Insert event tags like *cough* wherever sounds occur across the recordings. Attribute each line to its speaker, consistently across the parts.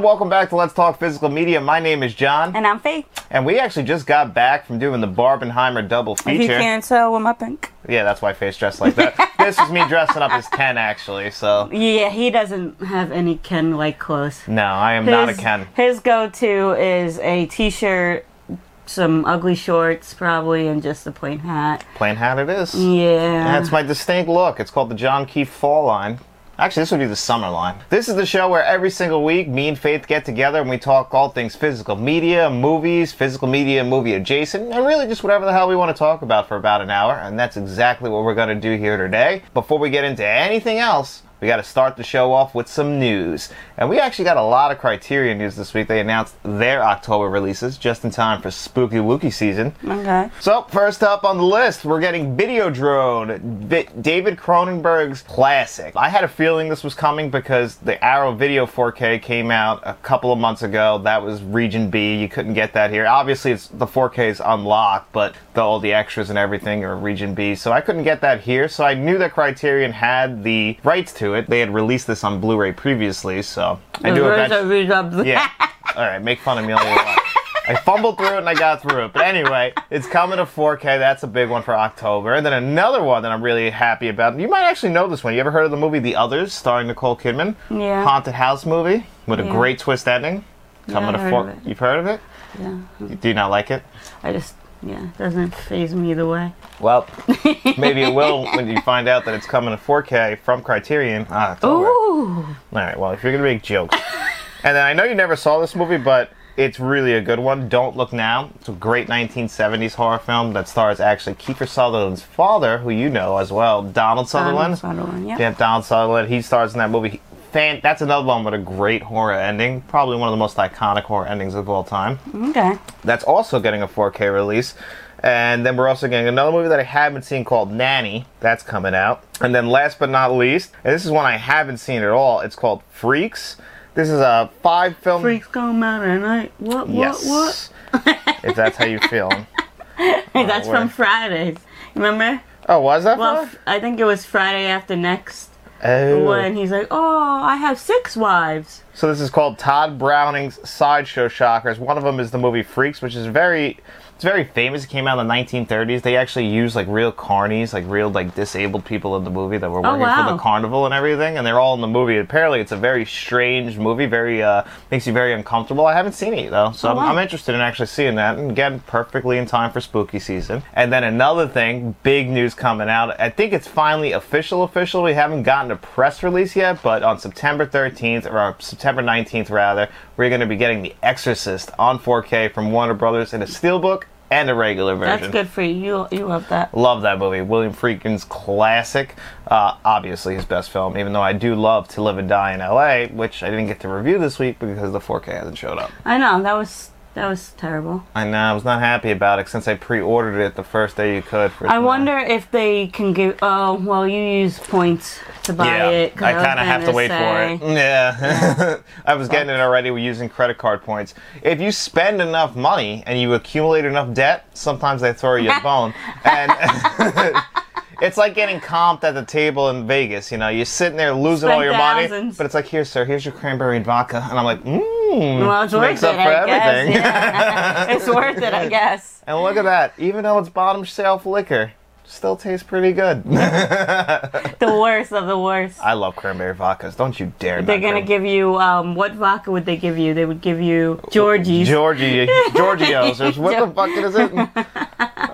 Speaker 1: welcome back to Let's Talk Physical Media. My name is John,
Speaker 2: And I'm Faith.
Speaker 1: and we actually just got back from doing the Barbenheimer double
Speaker 2: If you
Speaker 1: feature.
Speaker 2: can't tell, I'm up in.
Speaker 1: Yeah, that's why face dressed like
Speaker 2: *laughs*
Speaker 1: that. this is me dressing up as Ken, actually. So
Speaker 2: Yeah, he doesn't have any Ken like clothes.
Speaker 1: no, I am not a Ken.
Speaker 2: His go to is a t shirt, some ugly shorts, probably, and just a plain hat.
Speaker 1: Plain hat it is.
Speaker 2: Yeah.
Speaker 1: That's my distinct look. It's called the John Keefe Fall Line. Actually, this would be the summer line. This is the show where every single week me and Faith get together and we talk all things physical media, movies, physical media, movie adjacent, and really just whatever the hell we want to talk about for about an hour. And that's exactly what we're going to do here today. Before we get into anything else, we got to start the show off with some news. And we actually got a lot of Criterion news this week. They announced their October releases just in time for spooky wookie season.
Speaker 2: okay.
Speaker 1: So, first up on the list, we're getting Videodrone, Vi- David Cronenberg's classic. I had a feeling this was coming because the Arrow Video 4K came out a couple of months ago. That was Region B. You couldn't get that here. Obviously, it's the 4K is unlocked, but the, all the extras and everything are Region B. So, I couldn't get that here. So, I knew that Criterion had the rights to it. They had released this on Blu ray previously, so I knew
Speaker 2: Those
Speaker 1: eventually.
Speaker 2: are really lovely.
Speaker 1: Yeah. All right, make fun of me all you want. I fumbled through it and I got through it. But anyway, it's coming to 4K. That's a big one for October. And then another one that I'm really happy about. You might actually know this one. You ever heard of the movie The Others, starring Nicole Kidman?
Speaker 2: Yeah.
Speaker 1: Haunted house movie with a
Speaker 2: Yeah.
Speaker 1: great twist ending. Coming
Speaker 2: I've
Speaker 1: to
Speaker 2: heard
Speaker 1: 4
Speaker 2: of it.
Speaker 1: You've heard of it?
Speaker 2: Yeah.
Speaker 1: Do you not like it?
Speaker 2: I just, yeah, doesn't phase me either way. *laughs*
Speaker 1: Well, maybe it will when you find out that it's coming to 4K from Criterion. Ah, October.
Speaker 2: Ooh.
Speaker 1: All right. Well, if you're gonna make *laughs* jokes, and then I know you never saw this movie, but it's really a good one. Don't look now. It's a great 1970s horror film that stars actually Kiefer Sutherland's father, who you know as well, Donald Sutherland.
Speaker 2: Sutherland, yeah.
Speaker 1: Yeah, Donald Sutherland. He stars in that movie. He- Fan, that's another one with a great horror ending. Probably one of the most iconic horror endings of all time
Speaker 2: Okay.
Speaker 1: that's also getting a 4K release. And then we're also getting another movie that I haven't seen called Nanny. That's coming out. And then last but not least, and this is one I haven't seen at all, it's called Freaks. This is a five film.
Speaker 2: Freaks going mad at night. What, what,
Speaker 1: Yes.
Speaker 2: what?
Speaker 1: if that's how you
Speaker 2: *laughs*
Speaker 1: feel.
Speaker 2: Hey, that's
Speaker 1: where?
Speaker 2: from Fridays. Remember?
Speaker 1: Oh, was that? fun?
Speaker 2: Well, f- I think it was Friday after next
Speaker 1: oh.
Speaker 2: when he's like, "Oh, I have six wives."
Speaker 1: So this is called Todd Browning's Sideshow Shockers. One of them is the movie Freaks, which is very it's very famous. It came out in the 1930s. They actually used like real carnies, like real like disabled people in the movie that were working for
Speaker 2: Oh, wow.
Speaker 1: the carnival and everything, and they're all in the movie. Apparently, it's a very strange movie, very uh makes you very uncomfortable. I haven't seen it though, so I'm,
Speaker 2: Oh, wow.
Speaker 1: I'm interested in actually seeing that. And again, perfectly in time for spooky season. And then another thing, big news coming out. I think it's finally official official. We haven't gotten a press release yet, but on September 13th or September 19th rather, we're going to be getting The Exorcist on 4K from Warner Brothers in a steelbook and a regular version.
Speaker 2: That's good for you. You love that.
Speaker 1: Love that movie. William Friedkin's classic. Uh, obviously his best film, even though I do love To Live and Die in LA, which I didn't get to review this week because the 4K hasn't showed up.
Speaker 2: I know that was that was terrible.
Speaker 1: I know, I was not happy about it since I pre ordered it the first day you could. For
Speaker 2: I wonder if they can give. Oh, well, you use points to buy
Speaker 1: Yeah,
Speaker 2: it.
Speaker 1: I kind of have to wait for it. Yeah, *laughs* I was getting it already. We're using credit card points. If you spend enough money and you accumulate enough debt, sometimes they throw
Speaker 2: *laughs*
Speaker 1: you a bone. And *laughs* it's like getting comped at the table in Vegas. You know, you're sitting there losing all
Speaker 2: Spend
Speaker 1: your money,
Speaker 2: thousands.
Speaker 1: but it's like, here, sir, here's your cranberry and vodka, and I'm like, mmm.
Speaker 2: Well, it's worth
Speaker 1: makes
Speaker 2: it.
Speaker 1: up for
Speaker 2: I
Speaker 1: everything. *laughs*
Speaker 2: guess. Yeah. it's worth it. I guess.
Speaker 1: And look at that. Even though it's bottom shelf liquor, still tastes pretty good.
Speaker 2: The worst of the worst.
Speaker 1: I love cranberry vodkas. Don't you dare.
Speaker 2: They're
Speaker 1: not
Speaker 2: gonna
Speaker 1: drink
Speaker 2: give you um, what vodka would they give you? They would give you Georgie's. *laughs*
Speaker 1: Georgie, Giorgio's. Or what the fuck is it?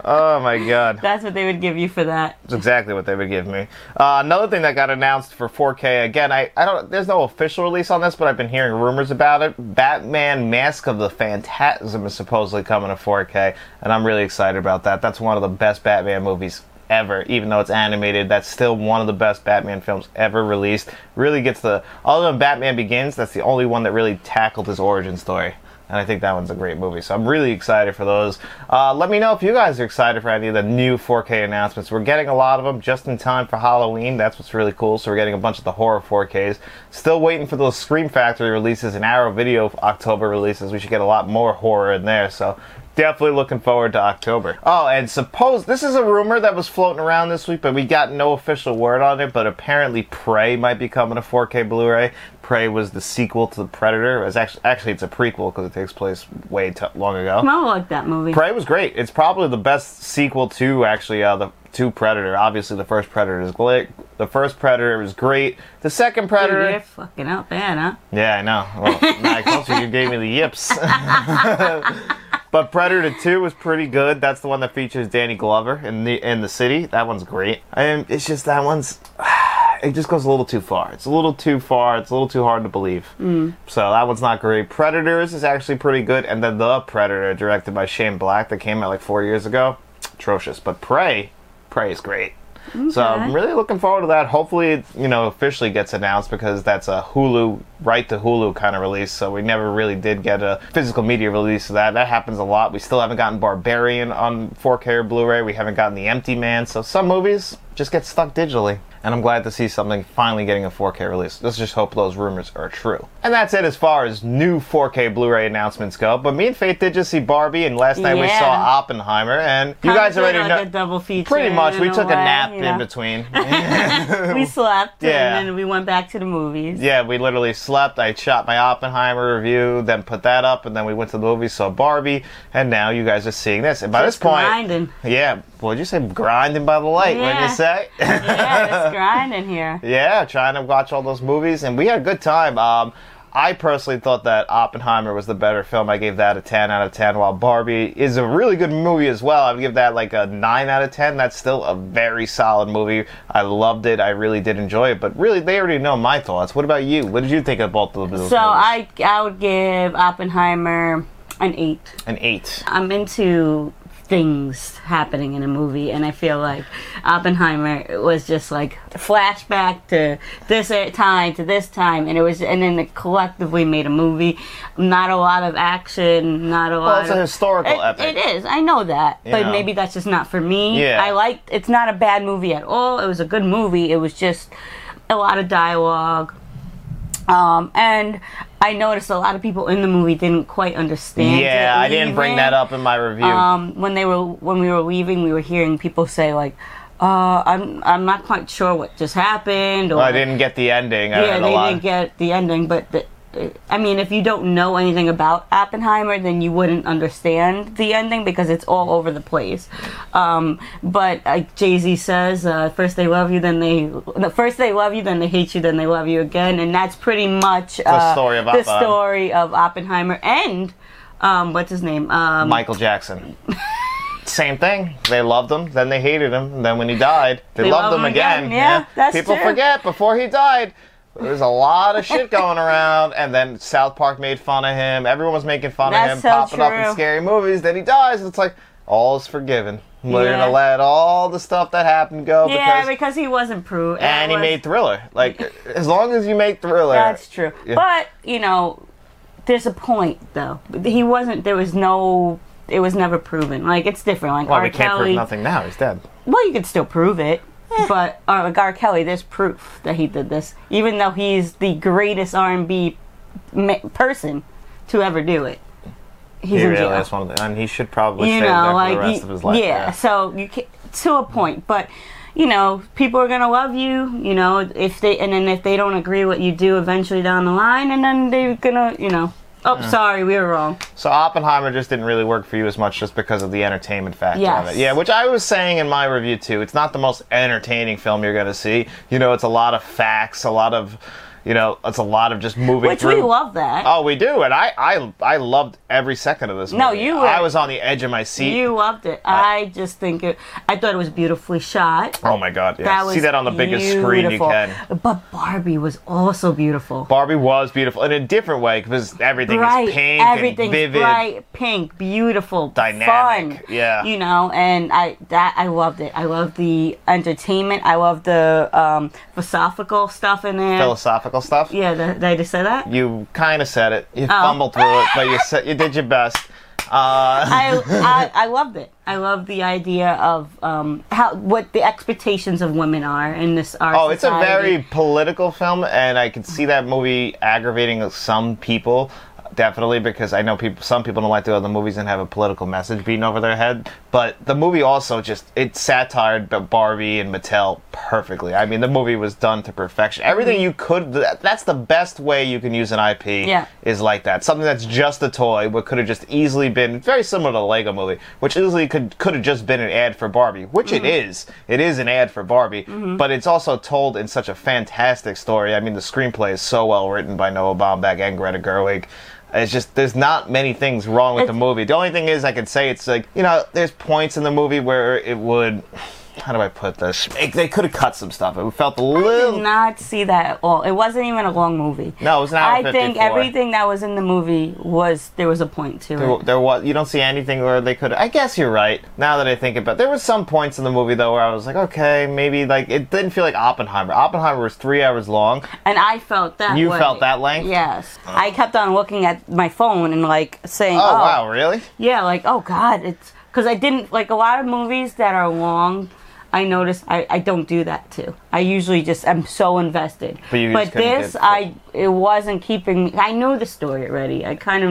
Speaker 1: Oh my god,
Speaker 2: That's what they would give you for that.
Speaker 1: that's exactly what they would give me. Uh, another thing that got announced for 4K again. I, I don't. There's no official release on this, but I've been hearing rumors about it. Batman: Mask of the Phantasm is supposedly coming to 4K, and I'm really excited about that. That's one of the best Batman movies ever even though it's animated that's still one of the best batman films ever released really gets the other than batman begins that's the only one that really tackled his origin story and I think that one's a great movie. So I'm really excited for those. Uh, let me know if you guys are excited for any of the new 4K announcements. We're getting a lot of them just in time for Halloween. That's what's really cool. So we're getting a bunch of the horror 4Ks. Still waiting for those Scream Factory releases and Arrow Video October releases. We should get a lot more horror in there. So Definitely looking forward to October. Oh, and suppose this is a rumor that was floating around this week, but we got no official word on it. But apparently, Prey might be coming to 4K Blu-ray. Prey was the sequel to The Predator. It's actually, actually it's a prequel because it takes place way t- long ago.
Speaker 2: I like that movie.
Speaker 1: Prey was great. It's probably the best sequel to actually uh, the to Predator. Obviously, the first Predator is great. The first Predator was great. The second
Speaker 2: Dude,
Speaker 1: Predator,
Speaker 2: you're fucking up bad, huh?
Speaker 1: yeah, I know. Well, not closer, you gave me the yips. but Predator 2 was pretty good. That's the one that features Danny Glover in the in the city. That one's great. And it's just that one's *sighs* it just goes a little too far. It's a little too far. It's a little too hard to believe. So that one's not great. Predators is actually pretty good, and then The Predator, directed by Shane Black, that came out like four years ago, atrocious. But Prey, Prey is great. So I'm really looking forward to that. Hopefully, it, you know, officially gets announced because that's a Hulu, right to Hulu kind of release. So we never really did get a physical media release of that. That happens a lot. We still haven't gotten Barbarian on 4K or Blu-ray. We haven't gotten The Empty Man. So some movies just get stuck digitally. And I'm glad to see something finally getting a 4K release. Let's just hope those rumors are true. And that's it as far as new 4K Blu-ray announcements go. But me and Faith did just see Barbie, and last night we
Speaker 2: Yeah.
Speaker 1: saw Oppenheimer. And you guys
Speaker 2: Kinda
Speaker 1: already
Speaker 2: like
Speaker 1: know.
Speaker 2: a double feature.
Speaker 1: Pretty much.
Speaker 2: in
Speaker 1: We took a
Speaker 2: way,
Speaker 1: nap
Speaker 2: you
Speaker 1: in
Speaker 2: know? *laughs*
Speaker 1: between.
Speaker 2: We slept
Speaker 1: Yeah.
Speaker 2: and then we went back to the movies.
Speaker 1: yeah, we literally slept. I shot my Oppenheimer review, then put that up, and then we went to the movie, saw Barbie, and now you guys are seeing this. And by
Speaker 2: Just
Speaker 1: this point,
Speaker 2: grinding.
Speaker 1: yeah, what'd you say? Grinding by the light, wouldn't you
Speaker 2: Yeah.
Speaker 1: say? *laughs*
Speaker 2: yeah, it's grinding here.
Speaker 1: Yeah, trying to watch all those movies, and we had a good time. Um, I personally thought that Oppenheimer was the better film. I gave that a 10 out of 10, while Barbie is a really good movie as well. I would give that like a 9 out of 10. That's still a very solid movie. I loved it. I really did enjoy it, but really, they already know my thoughts. What about you? What did you think of both of those movies?
Speaker 2: So I I would give Oppenheimer an eight.
Speaker 1: An 8.
Speaker 2: I'm into things happening in a movie, and I feel like Oppenheimer was just like flashback to this time to this time, and it was, and then it collectively made a movie. Not a lot of action, not a lot.
Speaker 1: it's a
Speaker 2: of-
Speaker 1: historical
Speaker 2: It-
Speaker 1: epic.
Speaker 2: It is. I know that, but
Speaker 1: know.
Speaker 2: maybe that's just not for me.
Speaker 1: Yeah.
Speaker 2: I liked. It's not a bad movie at all. It was a good movie. It was just a lot of dialogue. Um, and I noticed a lot of people in the movie didn't quite understand.
Speaker 1: Yeah,
Speaker 2: it
Speaker 1: I didn't bring
Speaker 2: even.
Speaker 1: that up in my review.
Speaker 2: Um, when they were when we were leaving, we were hearing people say like, uh, "I'm I'm not quite sure what just happened." Or
Speaker 1: I didn't get the ending. I
Speaker 2: Yeah,
Speaker 1: heard a
Speaker 2: they
Speaker 1: lot.
Speaker 2: didn't get the ending, but the, I mean, if you don't know anything about Oppenheimer, then you wouldn't understand the ending because it's all over the place. Um, but uh, Jay Z says, uh, first they love you, then they no, first they love you, then they hate you, then they love you again, and that's pretty much uh,
Speaker 1: story of
Speaker 2: the
Speaker 1: Oppenheimer.
Speaker 2: story of Oppenheimer and. Um, what's his name? Um,
Speaker 1: Michael Jackson. Same thing. They loved him, then they hated him, and then when he died, they,
Speaker 2: They
Speaker 1: loved
Speaker 2: love
Speaker 1: him
Speaker 2: him
Speaker 1: again.
Speaker 2: again. Yeah, that's
Speaker 1: People
Speaker 2: true.
Speaker 1: forget before he died, there was a lot of shit going around, and then South Park made fun of him. Everyone was making fun of
Speaker 2: That's
Speaker 1: him,
Speaker 2: so
Speaker 1: popping up in
Speaker 2: true.
Speaker 1: scary movies. Then he dies, and it's like all is forgiven. We're
Speaker 2: Yeah.
Speaker 1: gonna let all the stuff that happened go
Speaker 2: yeah,
Speaker 1: because.
Speaker 2: because he wasn't proved.
Speaker 1: and he made Thriller. Like,
Speaker 2: *laughs*
Speaker 1: as long as you make Thriller,
Speaker 2: That's true.
Speaker 1: Yeah.
Speaker 2: But you know, there's a point though. He wasn't. There was no. It was never proven. Like it's different. Like
Speaker 1: Well,
Speaker 2: R.
Speaker 1: we can't
Speaker 2: Kelly.
Speaker 1: prove nothing now. He's dead.
Speaker 2: Well, you could still prove it. But uh, like R. Kelly, there's proof that he did this, even though he's the greatest R&B ma- person to ever do it. He's
Speaker 1: He
Speaker 2: in
Speaker 1: really
Speaker 2: jail
Speaker 1: is one of the, and he should probably
Speaker 2: you
Speaker 1: stay there
Speaker 2: know,
Speaker 1: for
Speaker 2: like
Speaker 1: the rest
Speaker 2: you-
Speaker 1: of his life.
Speaker 2: Yeah, so you can, to a point, but you know, people are gonna love you. You know, if they and then if they don't agree what you do eventually down the line, and then they're gonna, you know. Oh, sorry, we were wrong.
Speaker 1: So Oppenheimer just didn't really work for you as much just because of the entertainment factor of
Speaker 2: Yes.
Speaker 1: it. Yeah, which I was saying in my review too. It's not the most entertaining film you're going to see. You know, it's a lot of facts, a lot of, you know, it's a lot of just moving
Speaker 2: Which
Speaker 1: through.
Speaker 2: we love that.
Speaker 1: Oh, we do, and I, I, I loved every second of this.
Speaker 2: No,
Speaker 1: movie.
Speaker 2: you were-
Speaker 1: I was on the edge of my seat.
Speaker 2: you loved it. I just think it. I thought it was beautifully shot.
Speaker 1: oh my god! Yeah.
Speaker 2: That was
Speaker 1: see that on the biggest screen you
Speaker 2: beautiful.
Speaker 1: can.
Speaker 2: But Barbie was also beautiful.
Speaker 1: Barbie was beautiful in a different way because everything
Speaker 2: bright,
Speaker 1: is pink
Speaker 2: everything's
Speaker 1: and vivid.
Speaker 2: bright, pink, beautiful,
Speaker 1: Dynamic,
Speaker 2: fun,
Speaker 1: yeah.
Speaker 2: you know. And I that I loved it. I loved the entertainment. I loved the um, philosophical stuff in there.
Speaker 1: Philosophical stuff.
Speaker 2: yeah, th- did I just say that?
Speaker 1: You kind of said it. You fumbled through it, but you said you did your best. Uh, *laughs*
Speaker 2: I, I I loved it. I love the idea of um, how what the expectations of women are in this art.
Speaker 1: Oh, it's a very political film, and I can see that movie aggravating some people. definitely because I know people. Some people don't like to go to the movies and have a political message beaten over their head. But the movie also just it satired B- Barbie and Mattel perfectly. I mean, the movie was done to perfection. Everything you could. that- That's the best way you can use an IP.
Speaker 2: Yeah.
Speaker 1: Is like that something that's just a toy, what could have just easily been very similar to the Lego Movie, which easily could could have just been an ad for Barbie, which it
Speaker 2: Mm-hmm.
Speaker 1: is. It is an ad for Barbie, but it's also told in such a fantastic story. I mean, the screenplay is so well written by Noah Baumbach and Greta Gerwig. It's just there's not many things wrong with the
Speaker 2: It's-
Speaker 1: movie. The only thing is I could say it's like you know there's points in the movie where it would. How do I put this? It- they could have cut some stuff. It felt a
Speaker 2: did
Speaker 1: little.
Speaker 2: not see that at all. It wasn't even a long movie.
Speaker 1: No, it was an hour
Speaker 2: I think
Speaker 1: 54.
Speaker 2: everything that was in the movie was there was a point to
Speaker 1: There,
Speaker 2: it.
Speaker 1: there was you don't see anything where they could. I guess you're right. Now that I think about, there was some points in the movie though where I was like, okay, maybe like it didn't feel like Oppenheimer. Oppenheimer was three hours long.
Speaker 2: And I felt that.
Speaker 1: You
Speaker 2: way.
Speaker 1: felt that length?
Speaker 2: Yes. I kept on looking at my phone and like saying,
Speaker 1: Oh,
Speaker 2: "Oh,
Speaker 1: wow, really?
Speaker 2: yeah, like oh god, it's because I didn't like a lot of movies that are long." I notice I, I don't do that too. I usually just am so invested.
Speaker 1: But you just couldn't
Speaker 2: this
Speaker 1: get-
Speaker 2: I it wasn't keeping. I knew the story already. I kind of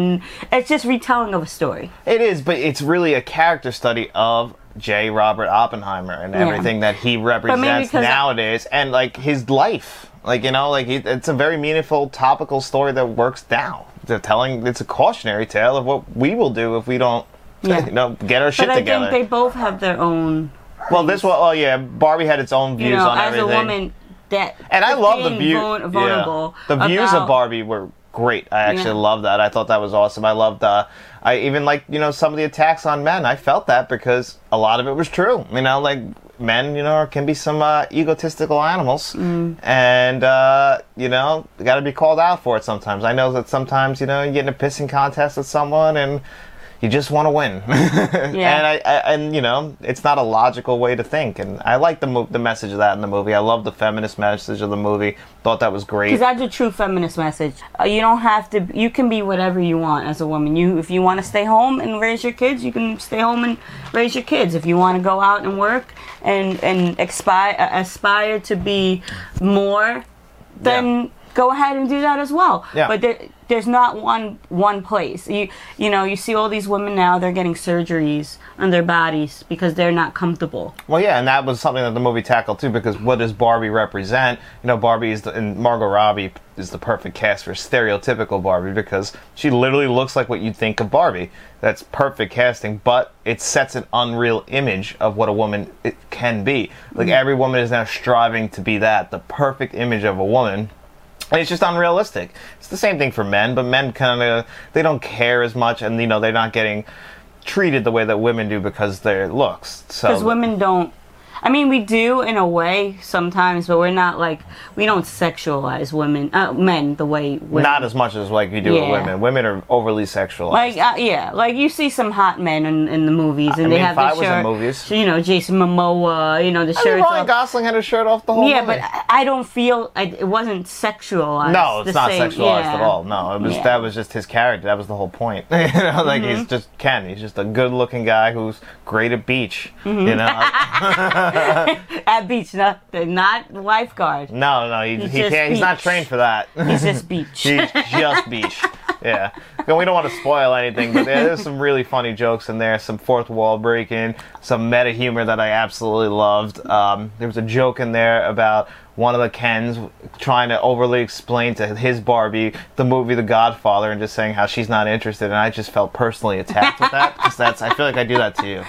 Speaker 2: it's just retelling of a story.
Speaker 1: It is, but it's really a character study of J. Robert Oppenheimer and everything that he represents
Speaker 2: because I-
Speaker 1: nowadays, and like his life. Like you know, like it- it's a very meaningful, topical story that works now. They're telling it's a cautionary tale of what we will do if we don't,
Speaker 2: Yeah.
Speaker 1: you know, get our shit
Speaker 2: But I
Speaker 1: together.
Speaker 2: think they both have their own
Speaker 1: Well, this one, oh yeah, Barbie had its own views
Speaker 2: you know,
Speaker 1: on
Speaker 2: as
Speaker 1: everything.
Speaker 2: a woman that
Speaker 1: and I love the view.
Speaker 2: being vul- vulnerable.
Speaker 1: yeah. The views
Speaker 2: about-
Speaker 1: of Barbie were great. I actually
Speaker 2: Yeah.
Speaker 1: love that. I thought that was awesome. I loved. Uh, I even like you know some of the attacks on men. I felt that because a lot of it was true. You know, like men, you know, can be some uh, egotistical animals,
Speaker 2: Mm.
Speaker 1: and uh, you know, got to be called out for it sometimes. I know that sometimes you know you get in a pissing contest with someone and. You just want to win, *laughs*
Speaker 2: Yeah.
Speaker 1: and I, I and you know it's not a logical way to think, and I like the mo- the message of that in the movie. I love the feminist message of the movie. Thought that was great.
Speaker 2: Because that's a true feminist message. Uh, you don't have to. You can be whatever you want as a woman. You, if you want to stay home and raise your kids, you can stay home and raise your kids. If you want to go out and work and and aspire uh, aspire to be more, then
Speaker 1: Yeah.
Speaker 2: go ahead and do that as well.
Speaker 1: Yeah.
Speaker 2: But there, there's not one one place. You you know you see all these women now. They're getting surgeries on their bodies because they're not comfortable.
Speaker 1: Well, yeah, and that was something that the movie tackled too, because what does Barbie represent? You know, Barbie is the, and Margot Robbie is the perfect cast for stereotypical Barbie because she literally looks like what you'd think of Barbie. That's perfect casting, but it sets an unreal image of what a woman it can be. Like
Speaker 2: Mm.
Speaker 1: every woman is now striving to be that, the perfect image of a woman. And it's just unrealistic. It's the same thing for men, but men kind of they don't care as much, and you know they're not getting treated the way that women do because their looks. So
Speaker 2: because women don't i mean we do in a way sometimes but we're not like we don't sexualize women uh, men the way women
Speaker 1: not as much as like you do with
Speaker 2: Yeah.
Speaker 1: women. Women are overly sexualized.
Speaker 2: like uh, yeah like you see some hot men in, in the movies and
Speaker 1: I
Speaker 2: they
Speaker 1: mean,
Speaker 2: have
Speaker 1: if I
Speaker 2: the
Speaker 1: was in
Speaker 2: shirt
Speaker 1: movies.
Speaker 2: you know jason momoa you know the
Speaker 1: I mean,
Speaker 2: shirts
Speaker 1: Ryan
Speaker 2: off.
Speaker 1: Gosling had his shirt off the whole
Speaker 2: yeah
Speaker 1: movie.
Speaker 2: but I- i don't feel I, it wasn't sexualized
Speaker 1: no, it's
Speaker 2: the
Speaker 1: not
Speaker 2: same-
Speaker 1: sexualized
Speaker 2: yeah.
Speaker 1: at all. No, it was
Speaker 2: Yeah. Mm-hmm.
Speaker 1: that was just his character. That was the whole point. *laughs* you know, like he's just Ken. He's just a good-looking guy who's great at beach.
Speaker 2: Mm-hmm.
Speaker 1: You
Speaker 2: *laughs*
Speaker 1: know,
Speaker 2: at beach nothing
Speaker 1: *laughs*
Speaker 2: not lifeguard
Speaker 1: no, no, he, he
Speaker 2: just
Speaker 1: can't. He's not
Speaker 2: beach.
Speaker 1: trained for that. *laughs*
Speaker 2: it's just beach
Speaker 1: He's just beach. Yeah. And we don't want to spoil anything, but yeah, there's some really funny jokes in there, some fourth wall breaking, some meta humor that I absolutely loved. Um, there was a joke in there about one of the Kens trying to overly explain to his Barbie the movie The Godfather and just saying how she's not interested, and I just felt personally attacked with that because that's I feel like I do that to you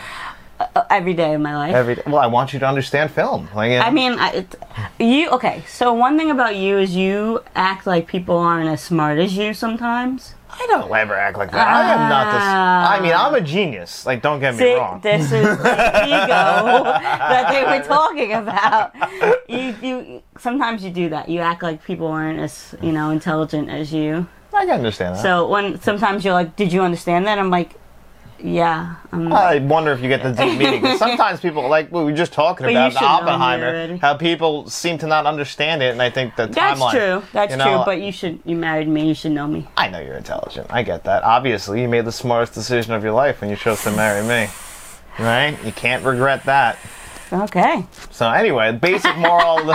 Speaker 2: every day of my life
Speaker 1: every. Well, I want you to understand film. Like, you know,
Speaker 2: I mean, I, it, you okay? So one thing about you is you act like people aren't as smart as you sometimes.
Speaker 1: I don't ever act like that. I am not this. I mean, I'm a genius. Like, don't get me
Speaker 2: Th-
Speaker 1: wrong.
Speaker 2: This is the ego
Speaker 1: *laughs*
Speaker 2: that they were talking about. You, you sometimes you do that. You act like people aren't as you know intelligent as you.
Speaker 1: I can understand that.
Speaker 2: So when sometimes you're like, "Did you understand that?" I'm like, "Yeah." um, I'm,
Speaker 1: I wonder if you get the deep meaning. 'cause Sometimes people, like we were just talking
Speaker 2: you
Speaker 1: about the
Speaker 2: should know that
Speaker 1: Oppenheimer,
Speaker 2: already.
Speaker 1: how people seem to not understand it, and I think the
Speaker 2: that's
Speaker 1: timeline.
Speaker 2: true. That's
Speaker 1: you know,
Speaker 2: true. But you should. You married me. You should know me.
Speaker 1: I know you're intelligent. I get that. Obviously, you made the smartest decision of your life when you chose to marry me. Right? You can't regret that.
Speaker 2: Okay.
Speaker 1: So anyway, basic moral.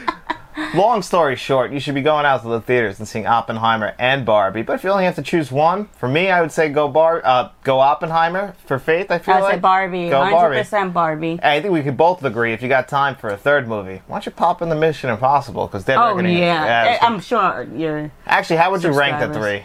Speaker 1: *laughs* Long story short, you should be going out to the theaters and seeing Oppenheimer and Barbie. But if you only have to choose one, for me, I would say go Bar, uh, go Oppenheimer. For Faith, I feel
Speaker 2: I
Speaker 1: like
Speaker 2: said Barbie,
Speaker 1: Go Barbie.
Speaker 2: 100% Barbie.
Speaker 1: Hey, I think we could both agree if you got time for a third movie, why don't you pop in the Mission Impossible? Because they're
Speaker 2: Oh
Speaker 1: gonna,
Speaker 2: yeah,
Speaker 1: it's-
Speaker 2: I- I'm sure you're.
Speaker 1: actually, how would you rank the
Speaker 2: subscribers.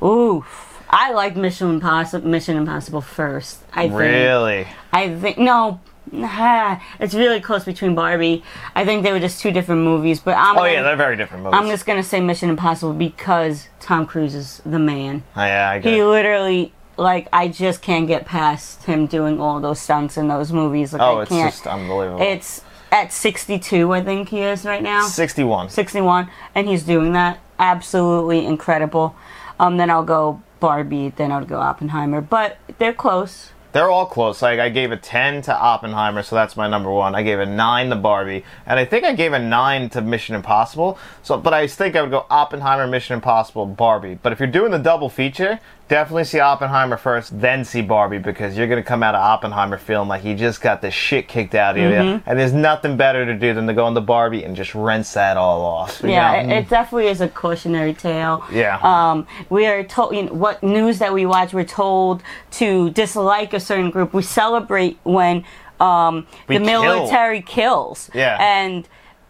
Speaker 1: three?
Speaker 2: Oof, I like Mission Impossible. Mission Impossible first. I think.
Speaker 1: Really?
Speaker 2: I think no. nah, it's really close between Barbie. I think they were just two different movies, but I'm
Speaker 1: Oh
Speaker 2: gonna,
Speaker 1: yeah, they're very different movies.
Speaker 2: I'm just gonna say Mission Impossible because Tom Cruise is the man.
Speaker 1: Oh, yeah, I get
Speaker 2: He
Speaker 1: it.
Speaker 2: literally, like, I just can't get past him doing all those stunts in those movies. Like,
Speaker 1: Oh,
Speaker 2: I
Speaker 1: it's
Speaker 2: can't.
Speaker 1: just unbelievable.
Speaker 2: it's at 62, I think he is right now.
Speaker 1: 61.
Speaker 2: 61, and he's doing that. Absolutely incredible. Um, then I'll go Barbie, then I'll go Oppenheimer, but they're close.
Speaker 1: They're all close. Like I gave a 10 to Oppenheimer, so that's my number one. I gave a nine to Barbie, and I think I gave a nine to Mission Impossible. So, but I think I would go Oppenheimer, Mission Impossible, Barbie. But if you're doing the double feature, definitely see Oppenheimer first, then see Barbie, because you're gonna come out of Oppenheimer feeling like you just got the shit kicked out of you,
Speaker 2: Mm-hmm.
Speaker 1: and there's nothing better to do than to go into Barbie and just rinse that all off. you
Speaker 2: Yeah,
Speaker 1: know?
Speaker 2: it, it definitely is a cautionary tale.
Speaker 1: mm. Yeah.
Speaker 2: Um, we are told you know, what news that we watch. We're told to dislike a certain group. We celebrate when um,
Speaker 1: We
Speaker 2: the
Speaker 1: kill.
Speaker 2: military kills.
Speaker 1: Yeah.
Speaker 2: And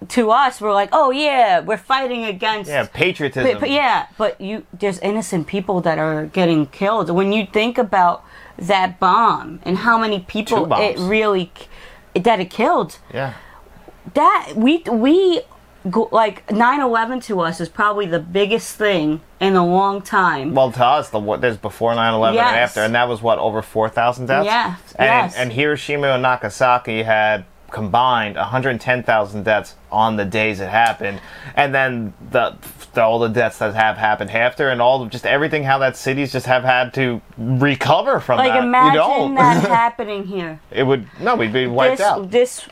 Speaker 2: to us, we're like, oh yeah, we're fighting against.
Speaker 1: yeah, patriotism.
Speaker 2: But, but yeah, but you there's innocent people that are getting killed. When you think about that bomb and how many
Speaker 1: Two
Speaker 2: people it
Speaker 1: bombs.
Speaker 2: really that it killed,
Speaker 1: yeah.
Speaker 2: that we we go, like 9/11 to us is probably the biggest thing in a long time.
Speaker 1: Well, to us, the, what, there's before 9 11 and
Speaker 2: Yes.
Speaker 1: after, and that was what, over 4,000 deaths?
Speaker 2: Yeah,
Speaker 1: And,
Speaker 2: yes.
Speaker 1: and Hiroshima and Nagasaki had combined 110,000 deaths on the days it happened. And then the, the all the deaths that have happened after, and all of just everything how that cities just have had to recover from
Speaker 2: like
Speaker 1: that. you
Speaker 2: imagine
Speaker 1: don't.
Speaker 2: that
Speaker 1: *laughs*
Speaker 2: happening here.
Speaker 1: it would, no, we'd be wiped
Speaker 2: this,
Speaker 1: out.
Speaker 2: This,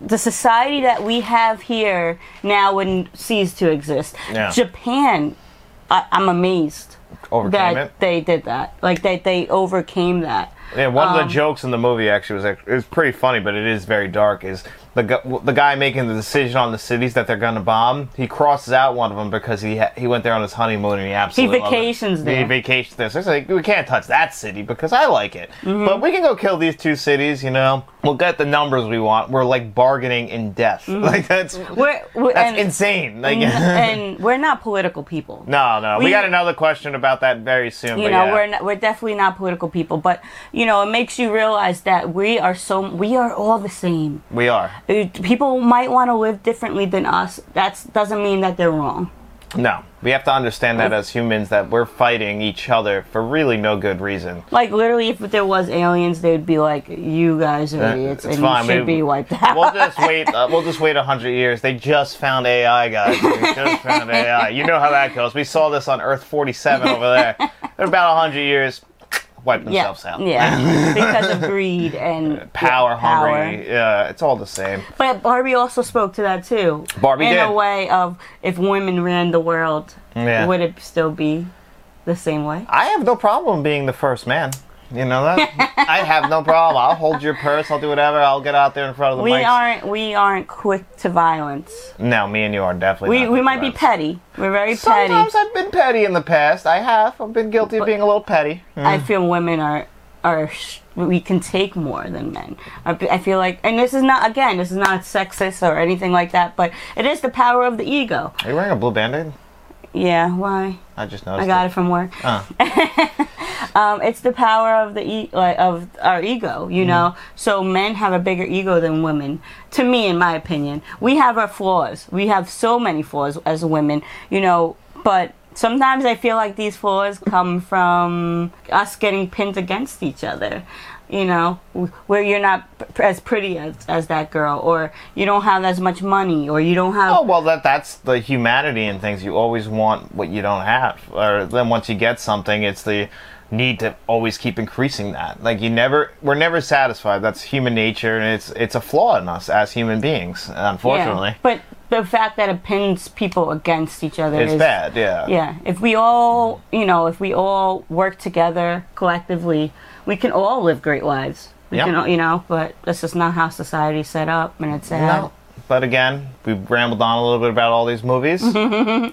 Speaker 2: the society that we have here now wouldn't cease to exist.
Speaker 1: Yeah.
Speaker 2: Japan, I, I'm amazed
Speaker 1: Overcame
Speaker 2: that
Speaker 1: it.
Speaker 2: they did that. Like they they overcame that.
Speaker 1: Yeah, one
Speaker 2: Um,
Speaker 1: of the jokes in the movie actually was it was pretty funny, but it is very dark. Is the gu- the guy making the decision on the cities that they're going to bomb? He crosses out one of them because he ha- he went there on his honeymoon and he absolutely loved it.
Speaker 2: vacations
Speaker 1: He
Speaker 2: there.
Speaker 1: vacations there. So it's like we can't touch that city because I like it,
Speaker 2: Mm-hmm.
Speaker 1: but we can go kill these two cities. You know, we'll get the numbers we want. We're like bargaining in death. Like that's
Speaker 2: We're, we're
Speaker 1: that's
Speaker 2: Mm-hmm. and,
Speaker 1: insane. Like. *laughs*
Speaker 2: and we're not political people.
Speaker 1: No, no. We,
Speaker 2: We-
Speaker 1: got another question about that very soon.
Speaker 2: you
Speaker 1: but
Speaker 2: know
Speaker 1: yeah.
Speaker 2: we're not, we're definitely not political people but you know it makes you realize that we are so we are all the same
Speaker 1: we are.
Speaker 2: Uh, people might want to live differently than us that doesn't mean that they're wrong
Speaker 1: No, we have to understand that as humans that we're fighting each other for really no good reason.
Speaker 2: like literally if there was aliens they'd be like you guys are
Speaker 1: Uh,
Speaker 2: idiots and you should
Speaker 1: we-
Speaker 2: be wiped out
Speaker 1: We'll just wait. Uh, we'll just wait hundred years. They just found AI, guys. They just found AI. You know how that goes. We saw this on Earth forty-seven over there. In about hundred years, wipe
Speaker 2: *laughs* yeah,
Speaker 1: themselves out.
Speaker 2: yeah,
Speaker 1: *laughs*
Speaker 2: because of greed and
Speaker 1: Power,
Speaker 2: yeah, power.
Speaker 1: hungry. Yeah, it's all the same.
Speaker 2: But Barbie also spoke to that too.
Speaker 1: Barbie
Speaker 2: in
Speaker 1: did.
Speaker 2: a way of if women ran the world,
Speaker 1: Yeah.
Speaker 2: would it still be the same way?
Speaker 1: I have no problem being the first man. You know
Speaker 2: *laughs*
Speaker 1: that? I have no problem. I'll hold your purse. I'll do whatever. I'll get out there in front of the
Speaker 2: We
Speaker 1: mics.
Speaker 2: aren't we aren't quick to violence.
Speaker 1: No, me and you are definitely.
Speaker 2: We
Speaker 1: not
Speaker 2: we
Speaker 1: good
Speaker 2: might be
Speaker 1: friends.
Speaker 2: petty. We're very
Speaker 1: Sometimes
Speaker 2: petty.
Speaker 1: I've been petty in the past. I have. I've been guilty of being a little petty.
Speaker 2: I feel women are are sh- we can take more than men. I, I feel like, and this is not again, this is not sexist or anything like that, but it is the power of the ego.
Speaker 1: Are you wearing a blue band-aid?
Speaker 2: Yeah, why?
Speaker 1: I just noticed.
Speaker 2: I got it from work. *laughs* um, it's the power of the e- like, of our ego, you know. So men have a bigger ego than women, to me, in my opinion. We have our flaws. We have so many flaws as women, you know. But sometimes I feel like these flaws come from us getting pinned against each other. You know, w- where you're not p- as pretty as, as that girl, or you don't have as much money, or you don't have
Speaker 1: Oh well, that that's the humanity in things. You always want what you don't have, or then once you get something, it's the need to always keep increasing that. Like you never, we're never satisfied. That's human nature, and it's it's a flaw in us as human beings. Unfortunately,
Speaker 2: Yeah, but the fact that it pins people against each other
Speaker 1: it's
Speaker 2: is
Speaker 1: bad. Yeah.
Speaker 2: Yeah, if we all, you know, if we all work together collectively, we can all live great lives. We
Speaker 1: Yeah.
Speaker 2: can all, you know, but that's just not how society's set up, and it's sad.
Speaker 1: No. But again, we've rambled on a little bit about all these
Speaker 2: *laughs*
Speaker 1: movies.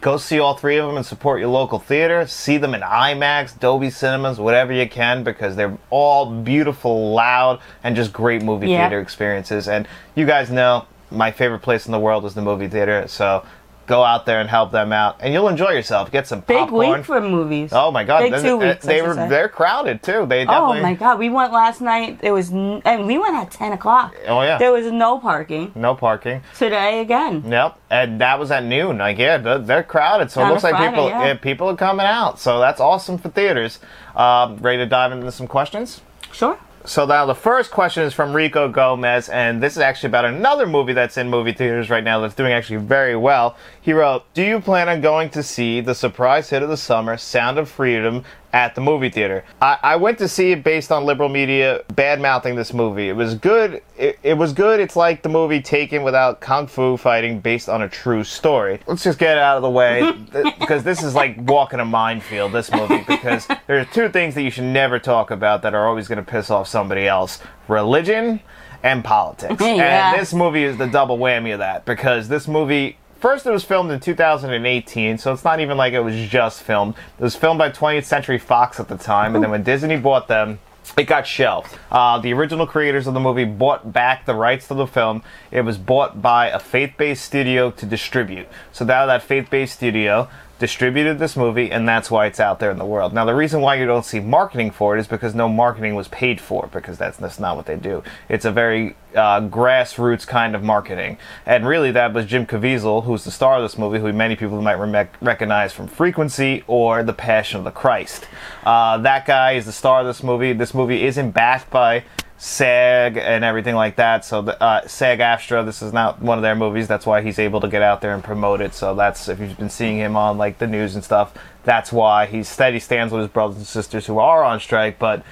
Speaker 1: Go see all three of them and support your local theater. See them in IMAX, Dolby Cinemas, whatever you can, because they're all beautiful, loud, and just great movie
Speaker 2: Yeah.
Speaker 1: theater experiences. And you guys know my favorite place in the world is the movie theater, so go out there and help them out, and you'll enjoy yourself. Get some
Speaker 2: Big
Speaker 1: popcorn.
Speaker 2: week for movies.
Speaker 1: Oh my god!
Speaker 2: Big
Speaker 1: then-
Speaker 2: two weeks.
Speaker 1: They
Speaker 2: I should
Speaker 1: were
Speaker 2: say.
Speaker 1: they're crowded too. They
Speaker 2: Oh
Speaker 1: definitely.
Speaker 2: my god, we went last night. It was n- and we went at ten o'clock.
Speaker 1: Oh, yeah.
Speaker 2: There was no parking
Speaker 1: No parking.
Speaker 2: today again.
Speaker 1: Yep, and that was at noon. Like, yeah, they're, they're crowded, so
Speaker 2: On
Speaker 1: it
Speaker 2: a
Speaker 1: looks like
Speaker 2: Friday,
Speaker 1: people
Speaker 2: yeah.
Speaker 1: yeah, people are coming out. So that's awesome for theaters. Um, ready to dive into some questions?
Speaker 2: Sure.
Speaker 1: So now the first question is from Rico Gomez, and this is actually about another movie that's in movie theaters right now that's doing actually very well. He wrote, "Do you plan on going to see the surprise hit of the summer, Sound of Freedom, at the movie theater?" I, I went to see it based on liberal media bad mouthing this movie. It was good. It, it was good. It's like the movie Taken without kung fu fighting, based on a true story. Let's just get it out of the way th- because this is like walking a minefield. This movie because there are two things that you should never talk about that are always going to piss off somebody else: religion and politics.
Speaker 2: Yeah.
Speaker 1: And this movie is the double whammy of that because this movie. First, it was filmed in 2018, so it's not even like it was just filmed. It was filmed by 20th Century Fox at the time, and then when Disney bought them, it got shelved. Uh, the original creators of the movie bought back the rights to the film. It was bought by a faith based studio to distribute. So now that faith based studio distributed this movie, and that's why it's out there in the world. Now, the reason why you don't see marketing for it is because no marketing was paid for, because that's, that's not what they do. It's a very uh, grassroots kind of marketing. And really, that was Jim Caviezel, who's the star of this movie, who many people might remec recognize from Frequency or The Passion of the Christ. Uh, that guy is the star of this movie. This movie isn't backed by SAG and everything like that. So the, uh, SAG Astra, this is not one of their movies. That's why he's able to get out there and promote it. So that's if you've been seeing him on like the news and stuff. That's why he steady stands with his brothers and sisters who are on strike, but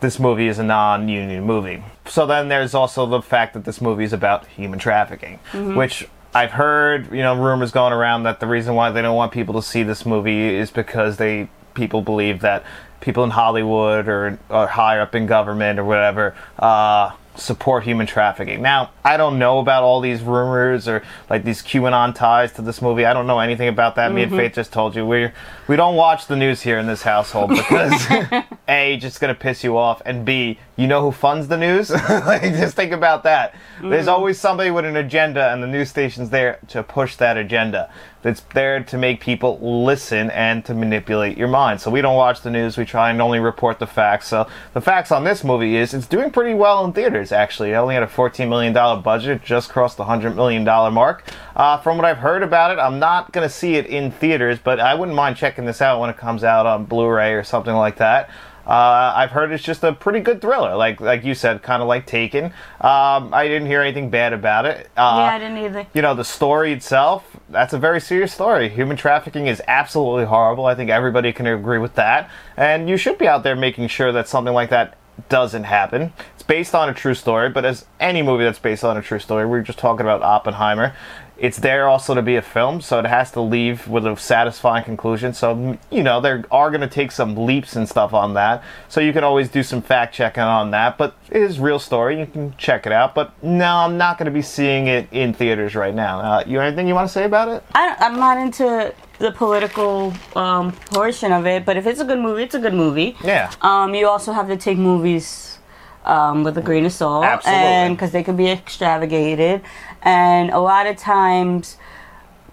Speaker 1: this movie is a non-union movie. So then there's also the fact that this movie is about human trafficking, which I've heard, you know, rumors going around that the reason why they don't want people to see this movie is because they people believe that people in Hollywood or, or higher up in government or whatever uh, support human trafficking. Now, I don't know about all these rumors or like these QAnon ties to this movie. I don't know anything about that. Me and Faith just told you we we don't watch the news here in this household because *laughs* a just gonna piss you off, and b you know who funds the news. *laughs* like, just think about that. There's always somebody with an agenda, and the news station's there to push that agenda. That's there to make people listen and to manipulate your mind. So we don't watch the news. We try and only report the facts. So the facts on this movie is it's doing pretty well in theaters. Actually, it only had a 14 million dollar budget, just crossed the 100 million dollar mark. Uh, from what I've heard about it, I'm not gonna see it in theaters, but I wouldn't mind checking this out when it comes out on Blu-ray or something like that. Uh, I've heard it's just a pretty good thriller, like like you said, kind of like Taken. Um, I didn't hear anything bad about it. Uh,
Speaker 2: yeah, I didn't either.
Speaker 1: you know the story itself that's a very serious story human trafficking is absolutely horrible i think everybody can agree with that and you should be out there making sure that something like that doesn't happen it's based on a true story but as any movie that's based on a true story we were just talking about oppenheimer it's there also to be a film so it has to leave with a satisfying conclusion so you know there are going to take some leaps and stuff on that so you can always do some fact checking on that but it is real story you can check it out but no i'm not going to be seeing it in theaters right now uh, you anything you want to say about it
Speaker 2: I, I'm not into the political um, portion of it, but if it's a good movie, it's a good movie.
Speaker 1: Yeah.
Speaker 2: Um, you also have to take movies um, with a grain of salt,
Speaker 1: Absolutely.
Speaker 2: and because they can be extravagated, and a lot of times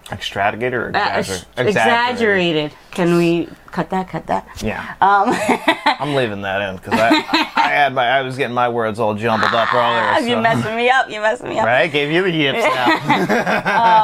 Speaker 1: extravagator or
Speaker 2: uh,
Speaker 1: exagger-
Speaker 2: ex- exaggerated. Can we cut that? Cut that.
Speaker 1: yeah
Speaker 2: Um, *laughs*
Speaker 1: i'm leaving that in because I, I had my i was getting my words all jumbled up
Speaker 2: *laughs* Ah,
Speaker 1: earlier
Speaker 2: You're
Speaker 1: so.
Speaker 2: messing me up. You're messing me up.
Speaker 1: right gave you the
Speaker 2: *laughs*
Speaker 1: yips now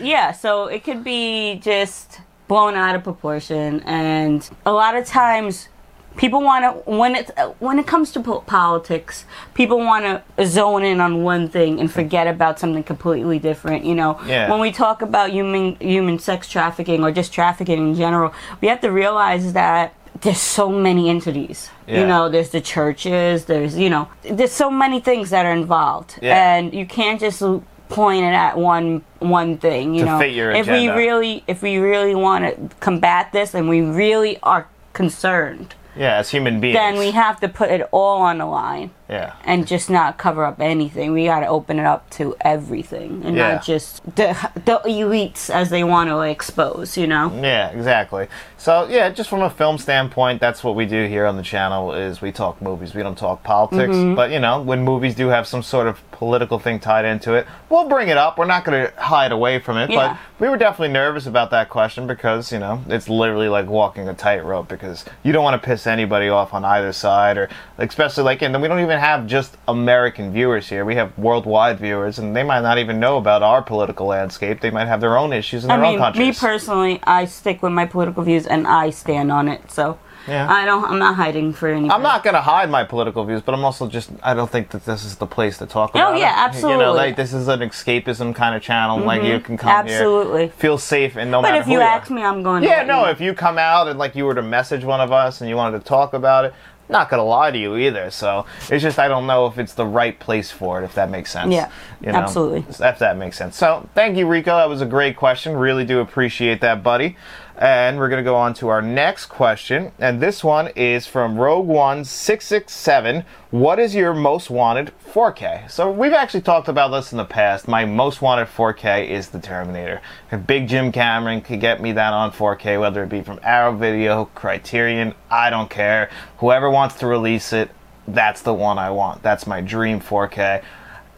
Speaker 2: Yeah, so it could be just blown out of proportion, and a lot of times people want to when it when it comes to po- politics, people want to zone in on one thing and forget about something completely different. You know,
Speaker 1: Yeah.
Speaker 2: when we talk about human human sex trafficking or just trafficking in general, we have to realize that there's so many entities.
Speaker 1: Yeah.
Speaker 2: You know, there's the churches, there's you know, there's so many things that are involved,
Speaker 1: Yeah.
Speaker 2: and you can't just l- point it at one one thing. You
Speaker 1: To
Speaker 2: know,
Speaker 1: fit your
Speaker 2: if we
Speaker 1: agenda.
Speaker 2: really if we really want to combat this and we really are concerned,
Speaker 1: yeah as human beings
Speaker 2: then we have to put it all on the line.
Speaker 1: Yeah.
Speaker 2: and just not cover up anything. We got to open it up to everything and
Speaker 1: Yeah.
Speaker 2: not just the, the elites as they want to expose, you know?
Speaker 1: Yeah, exactly. So yeah, just from a film standpoint, that's what we do here on the channel is we talk movies. We don't talk politics,
Speaker 2: Mm-hmm.
Speaker 1: but you know, when movies do have some sort of political thing tied into it, we'll bring it up. We're not going to hide away from it,
Speaker 2: Yeah.
Speaker 1: but we were definitely nervous about that question because, you know, it's literally like walking a tightrope because you don't want to piss anybody off on either side or especially like and then we don't even have just American viewers here. We have worldwide viewers and they might not even know about our political landscape. They might have their own issues in
Speaker 2: I
Speaker 1: their own
Speaker 2: mean, me
Speaker 1: countries.
Speaker 2: personally, I stick with my political views and I stand on it. So
Speaker 1: Yeah.
Speaker 2: I don't, I'm not hiding for anything.
Speaker 1: I'm not gonna hide my political views, but I'm also just I don't think that this is the place to talk about.
Speaker 2: Oh, yeah,
Speaker 1: it. You know,
Speaker 2: absolutely. Mm-hmm.
Speaker 1: like this is an escapism kind of channel. Like you can come
Speaker 2: Absolutely.
Speaker 1: here, feel safe, and no
Speaker 2: But
Speaker 1: matter
Speaker 2: if
Speaker 1: who
Speaker 2: you
Speaker 1: are.
Speaker 2: ask me, I'm going to.
Speaker 1: yeah,
Speaker 2: let
Speaker 1: no,
Speaker 2: you
Speaker 1: if you come out and like you were to message one of us and you wanted to talk about it, I'm not gonna lie to you either. So it's just I don't know if it's the right place for it, if that makes sense.
Speaker 2: Yeah,
Speaker 1: You know,
Speaker 2: absolutely.
Speaker 1: If that makes sense. So thank you, Rico. That was a great question. Really do appreciate that, buddy. And we're gonna go on to our next question, and this one is from Rogue One six six seven. What is your most wanted 4K? So we've actually talked about this in the past. My most wanted 4K is the Terminator. And Big Jim Cameron could get me that on 4K, whether it be from Arrow Video, Criterion, I don't care. Whoever wants to release it, that's the one I want. That's my dream 4K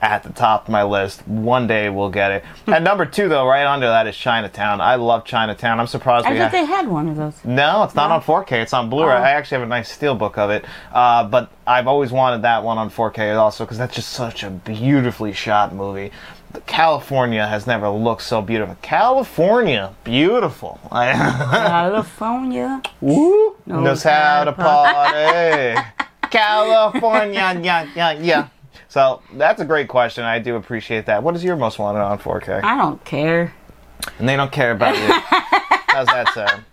Speaker 1: at the top of my list. One day we'll get it. and number two, though, right under that is Chinatown. I love Chinatown. I'm surprised
Speaker 2: I
Speaker 1: we
Speaker 2: thought
Speaker 1: ha-
Speaker 2: they had one of those.
Speaker 1: *laughs* no, it's not on 4K. It's on Blu-ray. I actually have a nice steelbook of it, uh, but I've always wanted that one on 4K also because that's just such a beautifully shot movie. California has never looked so beautiful. California, beautiful. *laughs* I-
Speaker 2: California.
Speaker 1: Woo,
Speaker 2: Knows
Speaker 1: knows how
Speaker 2: how
Speaker 1: to
Speaker 2: to
Speaker 1: party. California, yeah, yeah, yeah. So that's a great question. I do appreciate that. What is your most wanted on 4K?
Speaker 2: I don't care.
Speaker 1: And they don't care about you. How's that sound?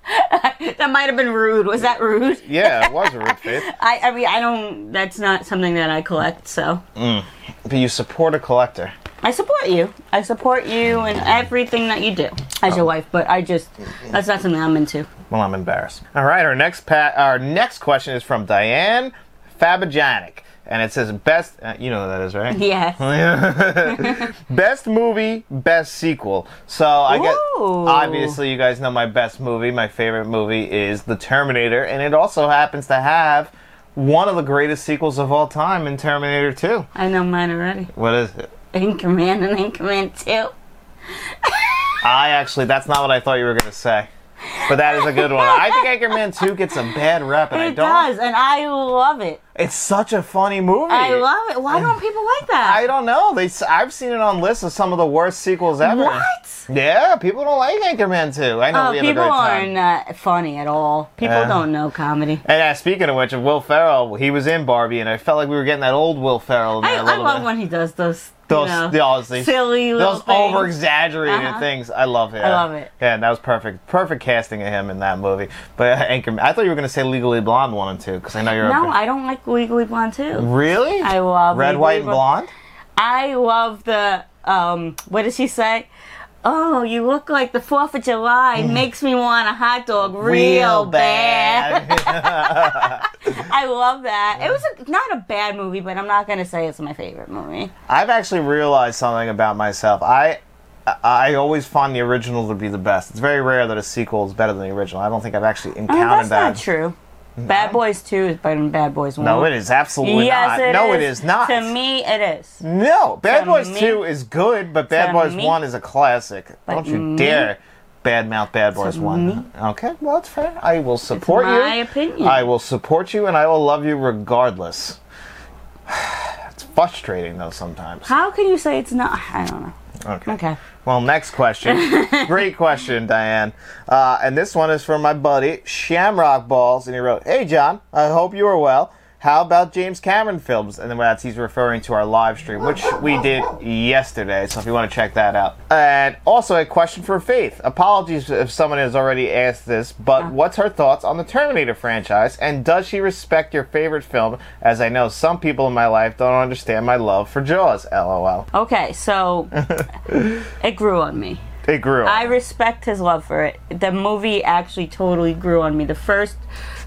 Speaker 2: That might have been rude. Was that rude?
Speaker 1: Yeah, it was a rude faith.
Speaker 2: I, I mean, I don't. That's not something that I collect. So
Speaker 1: But you support a collector.
Speaker 2: I support you. I support you and everything that you do as your wife. But I just that's not something I'm into.
Speaker 1: Well, I'm embarrassed. All right, our next pa- our next question is from Diane Fabijanic, and it says best. Uh, you know who that is,
Speaker 2: *laughs*
Speaker 1: right?
Speaker 2: Yeah.
Speaker 1: *laughs* best movie, best sequel. So I guess
Speaker 2: Ooh.
Speaker 1: obviously you guys know my best movie. My favorite movie is The Terminator, and it also happens to have one of the greatest sequels of all time in Terminator 2.
Speaker 2: I know mine already.
Speaker 1: What is it?
Speaker 2: Anchorman and Anchorman Two.
Speaker 1: I actually, that's not what I thought you were gonna say. But that is a good one. I think Anchorman 2 gets a bad rep, and I
Speaker 2: It
Speaker 1: don't.
Speaker 2: does, and I love it.
Speaker 1: It's such a funny movie.
Speaker 2: I love it. Why don't people like
Speaker 1: I
Speaker 2: that?
Speaker 1: don't know. They s- I've seen it on lists of some of the worst sequels ever.
Speaker 2: what?
Speaker 1: Yeah, people don't like Anchorman 2. I know
Speaker 2: Oh,
Speaker 1: we had a
Speaker 2: people
Speaker 1: great
Speaker 2: are
Speaker 1: time.
Speaker 2: not funny at all. People
Speaker 1: Yeah.
Speaker 2: don't know comedy.
Speaker 1: And uh, speaking of which, of Will Ferrell, he was in Barbie, and I felt like we were getting that old Will Ferrell. in
Speaker 2: I,
Speaker 1: there a
Speaker 2: I
Speaker 1: little
Speaker 2: love
Speaker 1: bit.
Speaker 2: when he does those,
Speaker 1: Those,
Speaker 2: you know,
Speaker 1: those these-
Speaker 2: silly little
Speaker 1: those
Speaker 2: things.
Speaker 1: over exaggerated
Speaker 2: Uh-huh.
Speaker 1: things. I love it. I
Speaker 2: love it.
Speaker 1: Yeah, and that was perfect. Perfect casting of him in that movie. But uh, Anchorman, I thought you were going to say Legally Blonde 1 and 2, because I know you're
Speaker 2: No,
Speaker 1: a
Speaker 2: I don't like Legally Blonde too.
Speaker 1: Really?
Speaker 2: I love
Speaker 1: Red,
Speaker 2: Legally
Speaker 1: White, and Blonde?
Speaker 2: I love the um what does she say? Oh, you look like the Fourth of July.
Speaker 1: Mm.
Speaker 2: Makes me want a hot dog real, bad. *laughs*
Speaker 1: *laughs*
Speaker 2: I love that. It was a, not a bad movie, but I'm not gonna say it's my favorite movie.
Speaker 1: I've actually realized something about myself. I I always find the original to be the best. It's very rare that a sequel is better than the original. I don't think I've actually
Speaker 2: No,
Speaker 1: encountered
Speaker 2: Oh, that's
Speaker 1: that.
Speaker 2: not true. Bad Boys Two is better than Bad Boys One.
Speaker 1: Mm-hmm. No, it is absolutely
Speaker 2: yes,
Speaker 1: not.
Speaker 2: it
Speaker 1: no,
Speaker 2: is.
Speaker 1: it is not.
Speaker 2: To me, it is.
Speaker 1: no, Bad
Speaker 2: to
Speaker 1: Boys
Speaker 2: me-
Speaker 1: 2 is good, but Bad
Speaker 2: to
Speaker 1: Boys
Speaker 2: me-
Speaker 1: 1 is a classic. Don't you
Speaker 2: me-
Speaker 1: dare badmouth Bad Boys 1.
Speaker 2: me-
Speaker 1: Okay, well, that's fair. I will support you.
Speaker 2: my opinion.
Speaker 1: I will support you and I will love you regardless. *sighs* it's frustrating, though, sometimes.
Speaker 2: How can you say it's not? I don't know. Okay.
Speaker 1: Well, next question. Great question, Diane. Uh, and this one is from my buddy Shamrock Balls, and he wrote, "Hey John, I hope you are well. How about James Cameron films?" And then that's he's referring to our live stream, which we did yesterday. So if you want to check that out, and also a question for Faith. Apologies if someone has already asked this, but what's her thoughts on the Terminator franchise, and does she respect your favorite film? As I know some people in my life don't understand my love for Jaws. LOL.
Speaker 2: Okay.
Speaker 1: *laughs*
Speaker 2: So it grew on me.
Speaker 1: It grew. on
Speaker 2: I
Speaker 1: me.
Speaker 2: respect his love for it. The movie actually totally grew on me. The first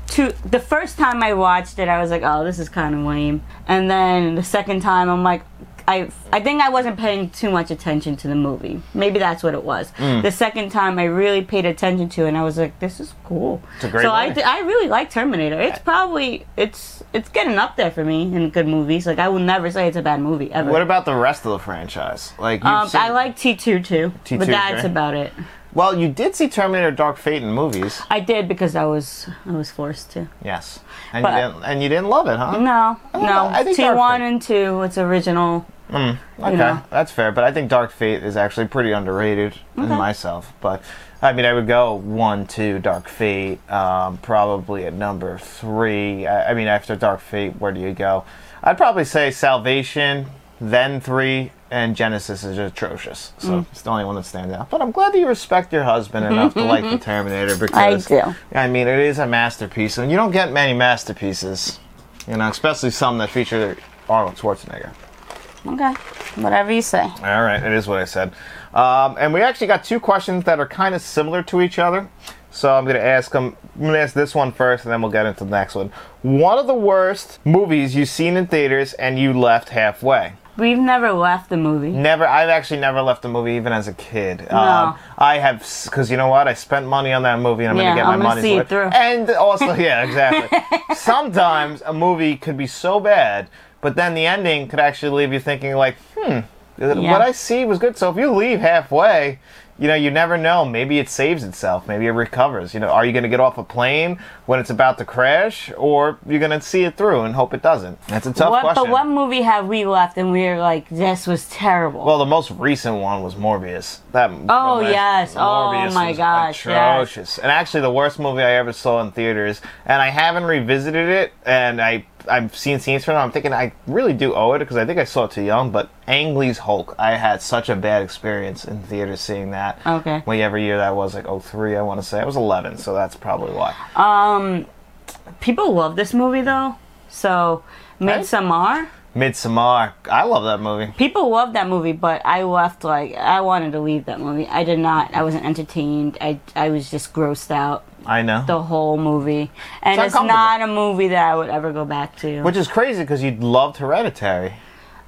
Speaker 2: two the first time I watched it, I was like, "Oh, this is kind of lame." And then the second time, I'm like, I I think I wasn't paying too much attention to the movie. Maybe that's what it was.
Speaker 1: Mm.
Speaker 2: The second time, I really paid attention to, it and I was like, "This is cool."
Speaker 1: It's a great
Speaker 2: so I
Speaker 1: movie.
Speaker 2: di- I really like Terminator. It's probably it's it's getting up there for me in good movies. Like I will never say it's a bad movie ever.
Speaker 1: What about the rest of the franchise? Like, you've
Speaker 2: um,
Speaker 1: seen-
Speaker 2: I like T two too,
Speaker 1: T2
Speaker 2: but
Speaker 1: 's
Speaker 2: that's
Speaker 1: great.
Speaker 2: about it.
Speaker 1: Well, you did see Terminator: Dark Fate in movies.
Speaker 2: I did because I was I was forced to.
Speaker 1: Yes, and
Speaker 2: But-
Speaker 1: you didn't, and you didn't love it, huh?
Speaker 2: No,
Speaker 1: don't know.
Speaker 2: no.
Speaker 1: I think
Speaker 2: T
Speaker 1: they're
Speaker 2: one
Speaker 1: fair.
Speaker 2: and two. It's original.
Speaker 1: Okay,
Speaker 2: know.
Speaker 1: that's fair. But I think Dark Fate is actually pretty underrated in myself. But I mean, I would go one, two, Dark Fate, um, probably at number three. I, I mean, after Dark Fate, where do you go? I'd probably say Salvation, then three, and Genesis is atrocious. So
Speaker 2: Mm.
Speaker 1: it's the only one that stands out. But I'm glad that you respect your
Speaker 2: *laughs*
Speaker 1: husband enough to like the Terminator because
Speaker 2: do.
Speaker 1: I mean, it is a masterpiece, and you don't get many masterpieces, you know, especially some that feature Arnold Schwarzenegger.
Speaker 2: Okay, whatever you say.
Speaker 1: All right, it is what I said. Um, and we actually got two questions that are kind of similar to each other. So I'm going to ask them. I'm going to ask this one first, and then we'll get into the next one. One of the worst movies you've seen in theaters, and you left halfway.
Speaker 2: We've never left the movie.
Speaker 1: Never. I've actually never left a movie, even as a kid. Um, I have, because you know what? I spent money on that movie, and I'm
Speaker 2: Yeah,
Speaker 1: going to get
Speaker 2: I'm
Speaker 1: my
Speaker 2: gonna
Speaker 1: money's
Speaker 2: see it
Speaker 1: worth.
Speaker 2: through.
Speaker 1: And
Speaker 2: *laughs*
Speaker 1: also, yeah, exactly. Sometimes a movie could be so bad, but then the ending could actually leave you thinking, like, hmm,
Speaker 2: Yeah.
Speaker 1: what I see was good. So if you leave halfway, you know, you never know. Maybe it saves itself. Maybe it recovers. You know, are you going to get off a plane when it's about to crash, or you're going to see it through and hope it doesn't? That's a tough
Speaker 2: What,
Speaker 1: question.
Speaker 2: but what movie have we left and we were like, this was terrible?
Speaker 1: Well, the most recent one was Morbius. That
Speaker 2: Oh, yes. Oh, my gosh, yes.
Speaker 1: atrocious. And actually, the worst movie I ever saw in theaters. And I haven't revisited it. And I I've seen scenes from it. I'm thinking I really do owe it because I think I saw it too young. But Ang Lee's Hulk, I had such a bad experience in theaters seeing that.
Speaker 2: Okay.
Speaker 1: Whatever year that was, like 03, I want to say. I was 11, so that's probably why.
Speaker 2: People love this movie though. So, Midsommar.
Speaker 1: Midsommar. I love that movie.
Speaker 2: People love that movie, but I left like, I wanted to leave that movie. I did not. I wasn't entertained. I, I was just grossed out
Speaker 1: I know.
Speaker 2: the whole movie. And
Speaker 1: It's
Speaker 2: it's, not a movie that I would ever go back to.
Speaker 1: Which is crazy because you loved Hereditary.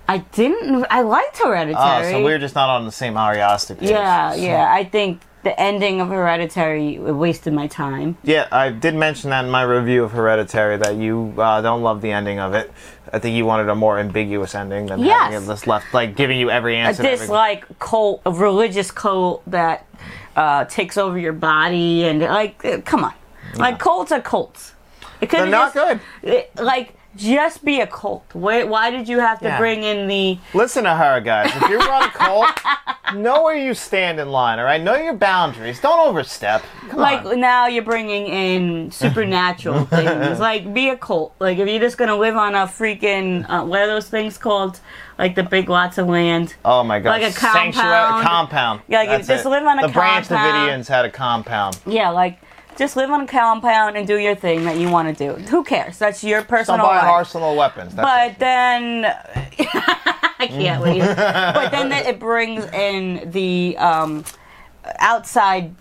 Speaker 2: I didn't. I liked Hereditary.
Speaker 1: Oh, so we're just not on the same Ariasta page.
Speaker 2: yeah, yeah. I think the ending of Hereditary wasted my time.
Speaker 1: Yeah, I did mention that in my review of Hereditary that you uh, don't love the ending of it. I think you wanted a more ambiguous ending than
Speaker 2: Yes.
Speaker 1: having it just left, like giving you every
Speaker 2: a
Speaker 1: answer. to
Speaker 2: this
Speaker 1: every-
Speaker 2: like cult, a religious cult that uh, takes over your body, and like, uh, come on, like cults are cults. It
Speaker 1: They're
Speaker 2: could've
Speaker 1: not good.
Speaker 2: it- like, just be a cult. Why, why did you have to
Speaker 1: Yeah.
Speaker 2: bring in the?
Speaker 1: Listen to her, guys. If you run a
Speaker 2: *laughs*
Speaker 1: cult, know where you stand in line. All right, know your boundaries. Don't overstep. Come
Speaker 2: Like
Speaker 1: on.
Speaker 2: now you're bringing in
Speaker 1: *laughs*
Speaker 2: supernatural things. Like be a cult. Like if you're just gonna live on a freaking uh, what are those things called? Like the big lots of land.
Speaker 1: Oh my God!
Speaker 2: like a
Speaker 1: Sanctuary
Speaker 2: compound.
Speaker 1: compound.
Speaker 2: Yeah, like,
Speaker 1: That's
Speaker 2: just
Speaker 1: it.
Speaker 2: live on a
Speaker 1: The Branch
Speaker 2: compound.
Speaker 1: Davidians had a compound.
Speaker 2: Yeah, like just live on a compound and do your thing that you want to do. Who cares? That's your personal
Speaker 1: Don't buy
Speaker 2: life.
Speaker 1: arsenal of weapons. That's it.
Speaker 2: But then *laughs* I
Speaker 1: *laughs*
Speaker 2: can't leave. but then it- it brings in the um, outside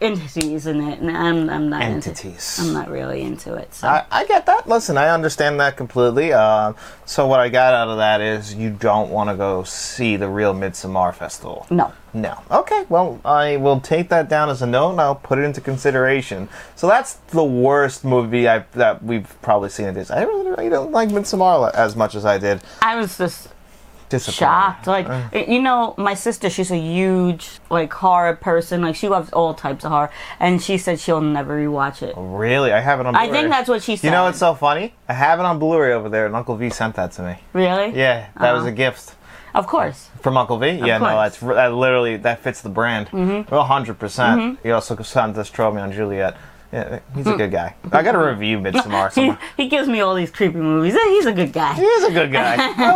Speaker 2: entities in it, and I'm, I'm not into-
Speaker 1: Entities.
Speaker 2: I'm not really into it. So
Speaker 1: I, I get that. Listen, I understand that completely. Uh, so what I got out of that is you don't want to go see the real Midsummer Festival.
Speaker 2: no.
Speaker 1: No. Okay. Well, I will take that down as a no, and I'll put it into consideration. So that's the worst movie I that we've probably seen in this. I really, really don't like Midsummer as much as I did.
Speaker 2: I was just
Speaker 1: Disappointed.
Speaker 2: shocked. Like
Speaker 1: Uh.
Speaker 2: you know, my sister, she's a huge like horror person. Like she loves all types of horror, and she said she'll never rewatch it.
Speaker 1: Really, I have it on.
Speaker 2: I
Speaker 1: Blu-ray.
Speaker 2: think that's what she said.
Speaker 1: You know, it's so funny. I have it on Blu-ray over there, and Uncle V sent that to me.
Speaker 2: really
Speaker 1: Yeah, that was a
Speaker 2: Uh-huh.
Speaker 1: gift.
Speaker 2: Of course.
Speaker 1: From Uncle V? yeah,
Speaker 2: course.
Speaker 1: no, that's that literally that fits the brand. Mm-hmm. 100%. percent He also sent this trophy on Juliet. Yeah, he's a good guy. I got to review Midsommar.
Speaker 2: *laughs* he,
Speaker 1: somewhere.
Speaker 2: he gives me all these creepy movies. *laughs* Eh, He's a good guy.
Speaker 1: He is a good guy. I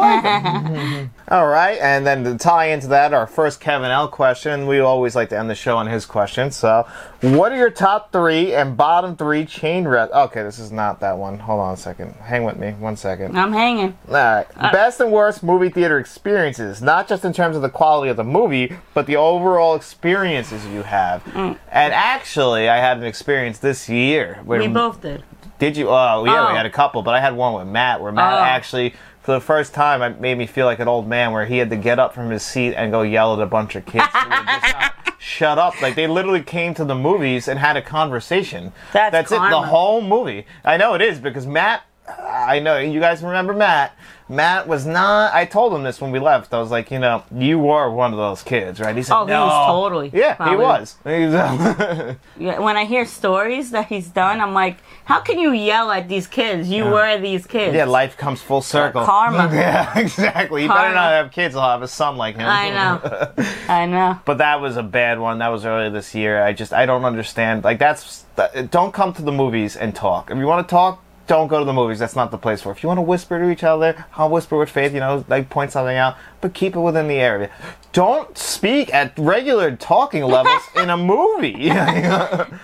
Speaker 1: like him. *laughs* All right, and then to tie into that, our first Kevin L question. We always like to end the show on his question. So, what are your top three and bottom three chain rest? Okay, this is not that one. Hold on a second. Hang with me one second.
Speaker 2: I'm hanging.
Speaker 1: All right.
Speaker 2: Uh,
Speaker 1: Best and worst movie theater experiences, not just in terms of the quality of the movie, but the overall
Speaker 2: Mm.
Speaker 1: experiences you have. And actually, I had an experience this year. Where
Speaker 2: We both did.
Speaker 1: Did you? Oh, yeah,
Speaker 2: Oh.
Speaker 1: we had a couple, but I had one with Matt where Matt
Speaker 2: Oh.
Speaker 1: actually, for the first time, it made me feel like an old man where he had to get up from his seat and go yell at a bunch of kids. who would just
Speaker 2: *laughs*
Speaker 1: not Shut up! Like they literally came to the movies and had a conversation.
Speaker 2: That's
Speaker 1: it. The
Speaker 2: karma.
Speaker 1: whole movie. I know it is because Matt. I know you guys remember Matt. Matt was not. I told him this when we left. I was like, you know, you were one of those kids, right? He said,
Speaker 2: Oh, he was
Speaker 1: "No."
Speaker 2: totally-
Speaker 1: Yeah,
Speaker 2: probably.
Speaker 1: he was. He was- *laughs*
Speaker 2: Yeah, When I hear stories that he's done, I'm like, how can you yell at these kids? You were these kids.
Speaker 1: Yeah, life comes full circle.
Speaker 2: Karma.
Speaker 1: *laughs* yeah, exactly. You better
Speaker 2: Karma.
Speaker 1: not have kids. I'll have a son like him. *laughs*
Speaker 2: I know. I know.
Speaker 1: But that was a bad one. That was earlier this year. I just I don't understand. Like that's that- don't come to the movies and talk. If you want to talk, don't go to the movies. That's not the place for. it. If you want to whisper to each other, I'll whisper with Faith. You know, like point something out, but keep it within the area. Don't speak at regular talking
Speaker 2: *laughs*
Speaker 1: levels in a movie. *laughs*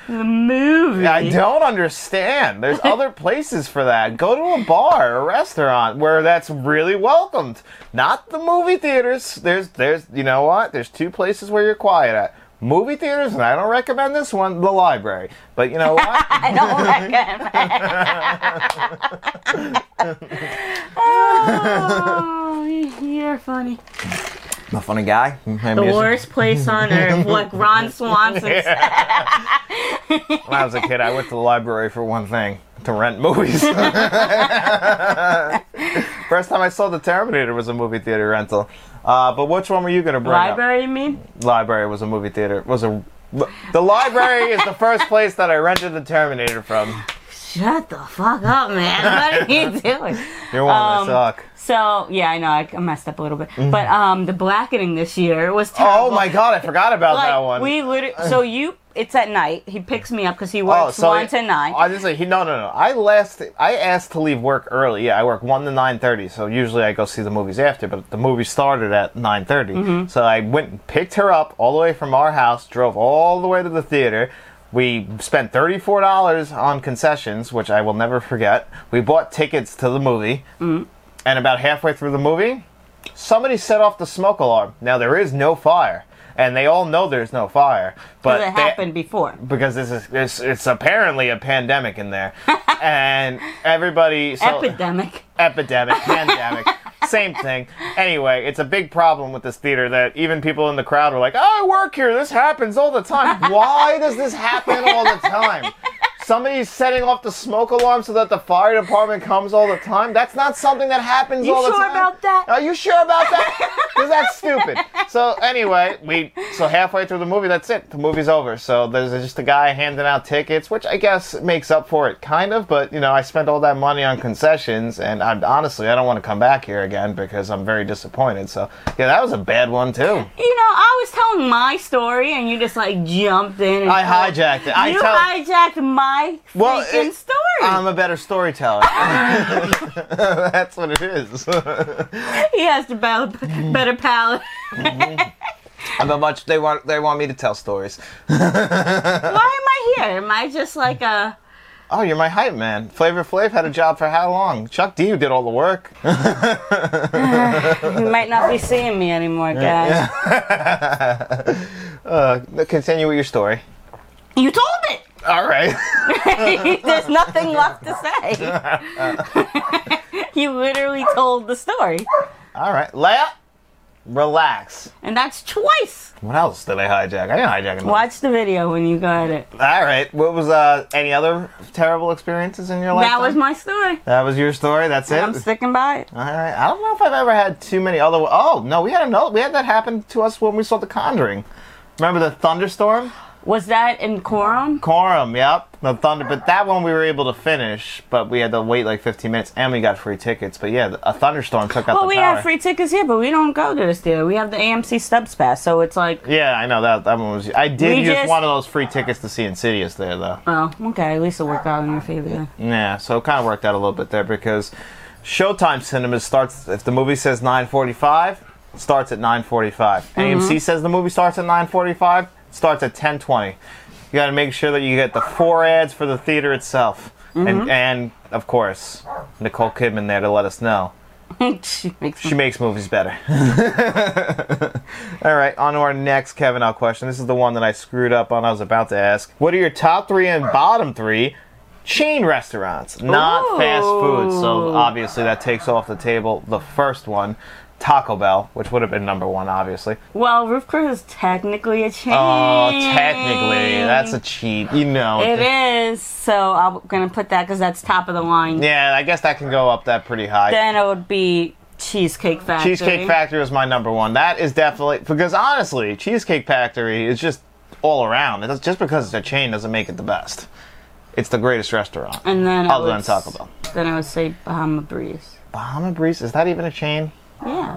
Speaker 2: The movie.
Speaker 1: I don't understand. There's
Speaker 2: *laughs*
Speaker 1: other places for that. Go to a bar, a restaurant where that's really welcomed. Not the movie theaters. There's there's you know what? There's two places where you're quiet at. Movie theaters, and I don't recommend this one, the library. But you know
Speaker 2: *laughs*
Speaker 1: what?
Speaker 2: I don't recommend. oh, you're funny.
Speaker 1: I'm a funny guy. I'm
Speaker 2: The
Speaker 1: used-
Speaker 2: worst place on earth, like Ron
Speaker 1: *laughs*
Speaker 2: Swanson said.
Speaker 1: When I was a kid, I went to the library for one thing to rent
Speaker 2: *laughs*
Speaker 1: movies. *laughs* First time I saw The Terminator was a movie theater rental. Uh, but which one were you going to bring up?
Speaker 2: Library, you mean?
Speaker 1: library was a movie theater was a the library is the first place that I rented the Terminator from.
Speaker 2: Shut the fuck up, man. *laughs* What are you doing?
Speaker 1: You're one
Speaker 2: Um,
Speaker 1: of my suck.
Speaker 2: So, yeah, I know, I I messed up a little bit. But um, the blackening this year was terrible.
Speaker 1: Mm-hmm. Oh my god, I forgot about
Speaker 2: Like,
Speaker 1: that one.
Speaker 2: We literally, so you, it's at night. He picks me up because he
Speaker 1: Oh,
Speaker 2: works one to nine.
Speaker 1: Honestly, he no no no. I last I asked to leave work early. Yeah, I work one to nine thirty, so usually I go see the movies after. But the movie started at nine
Speaker 2: Mm-hmm.
Speaker 1: so I went and picked her up all the way from our house, drove all the way to the theater. We spent thirty four dollars on concessions, which I will never forget. We bought tickets to the movie,
Speaker 2: Mm-hmm.
Speaker 1: and about halfway through the movie, somebody set off the smoke alarm. Now there is no fire. And they all know there's no fire, but
Speaker 2: Because it
Speaker 1: they-
Speaker 2: happened before.
Speaker 1: because this is it's, it's apparently a pandemic in there, and everybody so,
Speaker 2: Epidemic.
Speaker 1: epidemic pandemic. Same thing. Anyway, it's a big problem with this theater that even people in the crowd were like, "Oh, "I work here. This happens all the time. Why does this happen all the time?" Somebody's setting off the smoke alarm so that the fire department comes all the time. That's not something that happens
Speaker 2: You
Speaker 1: all the
Speaker 2: sure
Speaker 1: time.
Speaker 2: about that?
Speaker 1: Are you sure about
Speaker 2: *laughs*
Speaker 1: that? Because that's stupid. So anyway, we so halfway through the movie, that's it. The movie's over. So there's just a guy handing out tickets, which I guess makes up for it, kind of. But you know, I spent all that money on concessions, and I'm, honestly, I don't want to come back here again because I'm very disappointed. So yeah, that was a bad one too.
Speaker 2: You know, I was telling my story and you just like jumped in. And
Speaker 1: I hijacked it. I
Speaker 2: you
Speaker 1: tell-
Speaker 2: hijacked my
Speaker 1: Well, it-
Speaker 2: freaking
Speaker 1: um,
Speaker 2: story.
Speaker 1: I'm a better
Speaker 2: *laughs*
Speaker 1: storyteller. *laughs* that's what it is. *laughs*
Speaker 2: he has the better, better palate.
Speaker 1: I'm a much. They want. They want me to tell stories.
Speaker 2: Why am I here? Am I just like a?
Speaker 1: Oh, you're my hype man. Flavor Flav had a job for how long? Chuck D did all the work.
Speaker 2: You might not be seeing me anymore, guys.
Speaker 1: *laughs* Uh, continue with your story.
Speaker 2: You told it. *laughs*
Speaker 1: All right.
Speaker 2: There's nothing left to say. *laughs* you literally told the story,
Speaker 1: *laughs* all right. Leia, relax.
Speaker 2: and that's twice.
Speaker 1: What else did I hijack? I didn't hijack anything.
Speaker 2: Watch the video when you got it.
Speaker 1: All right. What was uh, any other terrible experiences in your life?
Speaker 2: That was my story.
Speaker 1: That was your story. That's it.
Speaker 2: I'm sticking by it.
Speaker 1: All right. I don't know if I've ever had too many other. Oh no, we had another. We had that happen to us when we saw The Conjuring. Remember the thunderstorm?
Speaker 2: Was that in Quorum?
Speaker 1: Quorum, yep. The Thunder, but that one we were able to finish, but we had to wait like 15 minutes, and we got free tickets. But yeah, a thunderstorm took out
Speaker 2: Well,
Speaker 1: the
Speaker 2: we
Speaker 1: power.
Speaker 2: have free tickets here, but we don't go to this theater. We have the AMC Stubbs Pass, so it's like,
Speaker 1: Yeah, I know that that one was. I did
Speaker 2: We
Speaker 1: use
Speaker 2: just-
Speaker 1: one of those free tickets to see Insidious there, though.
Speaker 2: oh, okay, at least it worked out in your favor *laughs* then.
Speaker 1: Yeah, so it kind of worked out a little bit there because Showtime Cinemas starts if the movie says 9:45, it starts at 9:45. AMC says the movie starts at 9:45, it starts at 10:20. You got to make sure that you get the four ads for the theater itself, and and of course Nicole Kidman there to let us know
Speaker 2: she makes
Speaker 1: she makes movies better. *laughs* All right, on to our next Kevin L question. This is the one that I screwed up on. I was about to ask. What are your top three and bottom three chain restaurants, not fast food. So
Speaker 2: Ooh.
Speaker 1: obviously that takes off the table the first one, Taco Bell, which would have been number one, obviously.
Speaker 2: Well, Roof Crew is technically a chain.
Speaker 1: Oh, technically, that's a cheat. You know.
Speaker 2: It is. So I'm gonna put that because that's top of the line.
Speaker 1: Yeah, I guess that can go up that pretty high.
Speaker 2: Then it would be Cheesecake Factory.
Speaker 1: Cheesecake Factory was my number one. That is definitely because honestly, Cheesecake Factory is just all around. It's just because it's a chain doesn't make it the best. It's the greatest restaurant.
Speaker 2: And then I
Speaker 1: Other
Speaker 2: would
Speaker 1: than Taco
Speaker 2: s-
Speaker 1: Bell.
Speaker 2: Then I would say Bahama Breeze.
Speaker 1: Bahama Breeze is that even a chain?
Speaker 2: Yeah.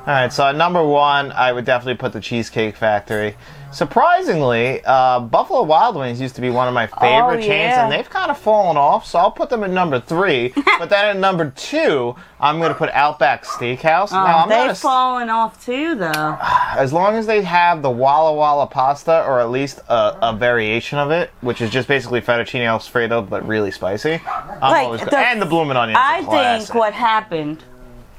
Speaker 1: All right, so at number one, I would definitely put the Cheesecake Factory. Surprisingly, uh, Buffalo Wild Wings used to be one of my favorite
Speaker 2: Oh,
Speaker 1: chains,
Speaker 2: yeah.
Speaker 1: and they've kind of fallen off. So I'll put them at number
Speaker 2: *laughs*
Speaker 1: three. but then at number two, I'm going to put Outback Steakhouse.
Speaker 2: Um,
Speaker 1: now, I'm not a
Speaker 2: they've
Speaker 1: s-
Speaker 2: fallen off too, though.
Speaker 1: as long as they have the Walla Walla pasta, or at least a, a variation of it, which is just basically fettuccine alfredo but really spicy. I'm
Speaker 2: Like,
Speaker 1: always
Speaker 2: the-
Speaker 1: and the blooming onions. are
Speaker 2: I
Speaker 1: classic.
Speaker 2: think what happened.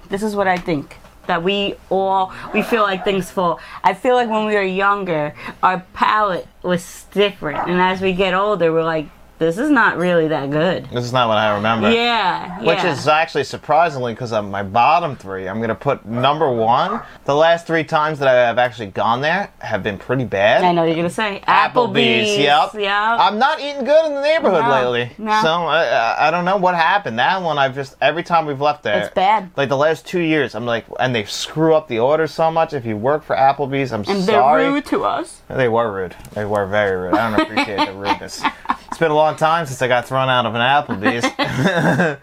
Speaker 2: This is what I think. That we all we feel like things fall. I feel like when we were younger, our palate was different, and as we get older, we're like, this is not really that good.
Speaker 1: this is not what I remember.
Speaker 2: Yeah,
Speaker 1: Which
Speaker 2: yeah.
Speaker 1: is actually surprisingly because on my bottom three, I'm gonna put number one. The last three times that I have actually gone there have been pretty bad.
Speaker 2: I know you're gonna say Applebee's.
Speaker 1: Yep.
Speaker 2: Yep.
Speaker 1: I'm not eating good in the neighborhood
Speaker 2: No,
Speaker 1: lately.
Speaker 2: no.
Speaker 1: So I, I- I don't know what happened. That one I've just every time we've left there.
Speaker 2: It's bad.
Speaker 1: Like the last two years, I'm like, and they screw up the order so much. If you work for Applebee's, I'm
Speaker 2: and they're
Speaker 1: sorry.
Speaker 2: rude to us.
Speaker 1: They were rude. They were very rude. I don't appreciate the
Speaker 2: *laughs*
Speaker 1: rudeness. It's been a long time since I got thrown out of an Applebee's.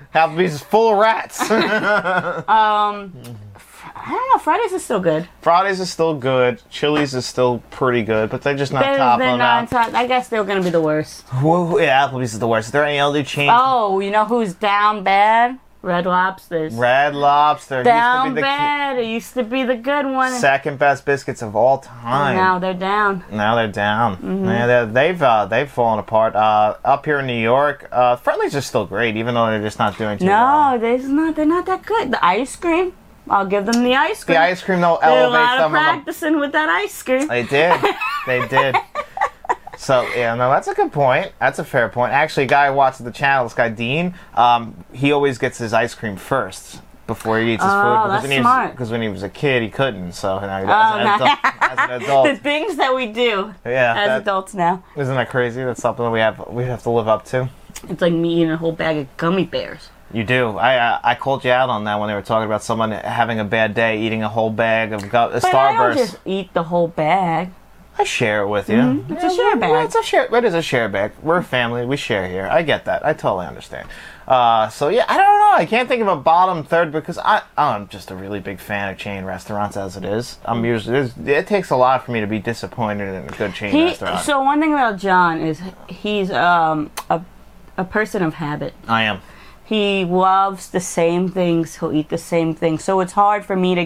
Speaker 1: *laughs* Applebee's is full of rats. *laughs*
Speaker 2: I don't know. Fridays is still good.
Speaker 1: Fridays is still good. Chili's is still pretty good, but they're just not
Speaker 2: They're,
Speaker 1: top
Speaker 2: they're
Speaker 1: on
Speaker 2: not on
Speaker 1: that.
Speaker 2: top. I guess they're gonna be the worst.
Speaker 1: Whoa, whoa, yeah, Applebee's is the worst. Is there any other chain?
Speaker 2: Oh, you know who's down bad? Red Lobsters.
Speaker 1: Red Lobster
Speaker 2: down
Speaker 1: used to be the
Speaker 2: bad. It used to be the good one.
Speaker 1: ki- second best biscuits of all time.
Speaker 2: Now Mm-hmm. they're down.
Speaker 1: Now they're down. Yeah, they're, they've uh, they've fallen apart. Uh, up here in New York, uh, Friendlies are still great, even though they're just not doing too well.
Speaker 2: No, this is not. They're not that good. The ice cream. I'll give them the ice cream.
Speaker 1: The ice cream though
Speaker 2: Did a
Speaker 1: elevates
Speaker 2: lot of
Speaker 1: them on the
Speaker 2: practicing with that ice cream.
Speaker 1: They did.
Speaker 2: *laughs*
Speaker 1: they did. So yeah, no, that's a good point. That's a fair point. Actually, a guy who watches the channel, this guy Dean, um, he always gets his ice cream first before he eats his food.
Speaker 2: Oh, that's
Speaker 1: when he was,
Speaker 2: smart.
Speaker 1: because when he was a kid, he couldn't. So now he
Speaker 2: Oh, *laughs*
Speaker 1: as, an
Speaker 2: no.
Speaker 1: adult, as an adult,
Speaker 2: the things that we do
Speaker 1: yeah,
Speaker 2: as
Speaker 1: that,
Speaker 2: adults now.
Speaker 1: isn't that crazy? That's something that we have we have to live up to.
Speaker 2: It's like me eating a whole bag of gummy bears.
Speaker 1: You do. I uh, I called you out on that when they were talking about someone having a bad day, eating a whole bag of gu-
Speaker 2: But I
Speaker 1: Starburst.
Speaker 2: don't just eat the whole bag.
Speaker 1: I share it with you.
Speaker 2: it's a share
Speaker 1: well,
Speaker 2: bag.
Speaker 1: It's a share. It is a share bag. We're a family. We share here. I get that. I totally understand. Uh, so yeah, I don't know. I can't think of a bottom third because I I'm just a really big fan of chain restaurants as it is. I'm
Speaker 2: Mm.
Speaker 1: usually it's- it takes a lot for me to be disappointed in a good chain
Speaker 2: He,
Speaker 1: restaurant.
Speaker 2: so one thing about John is he's um, a a person of habit.
Speaker 1: I am.
Speaker 2: he loves the same things he'll eat the same things so it's hard for me to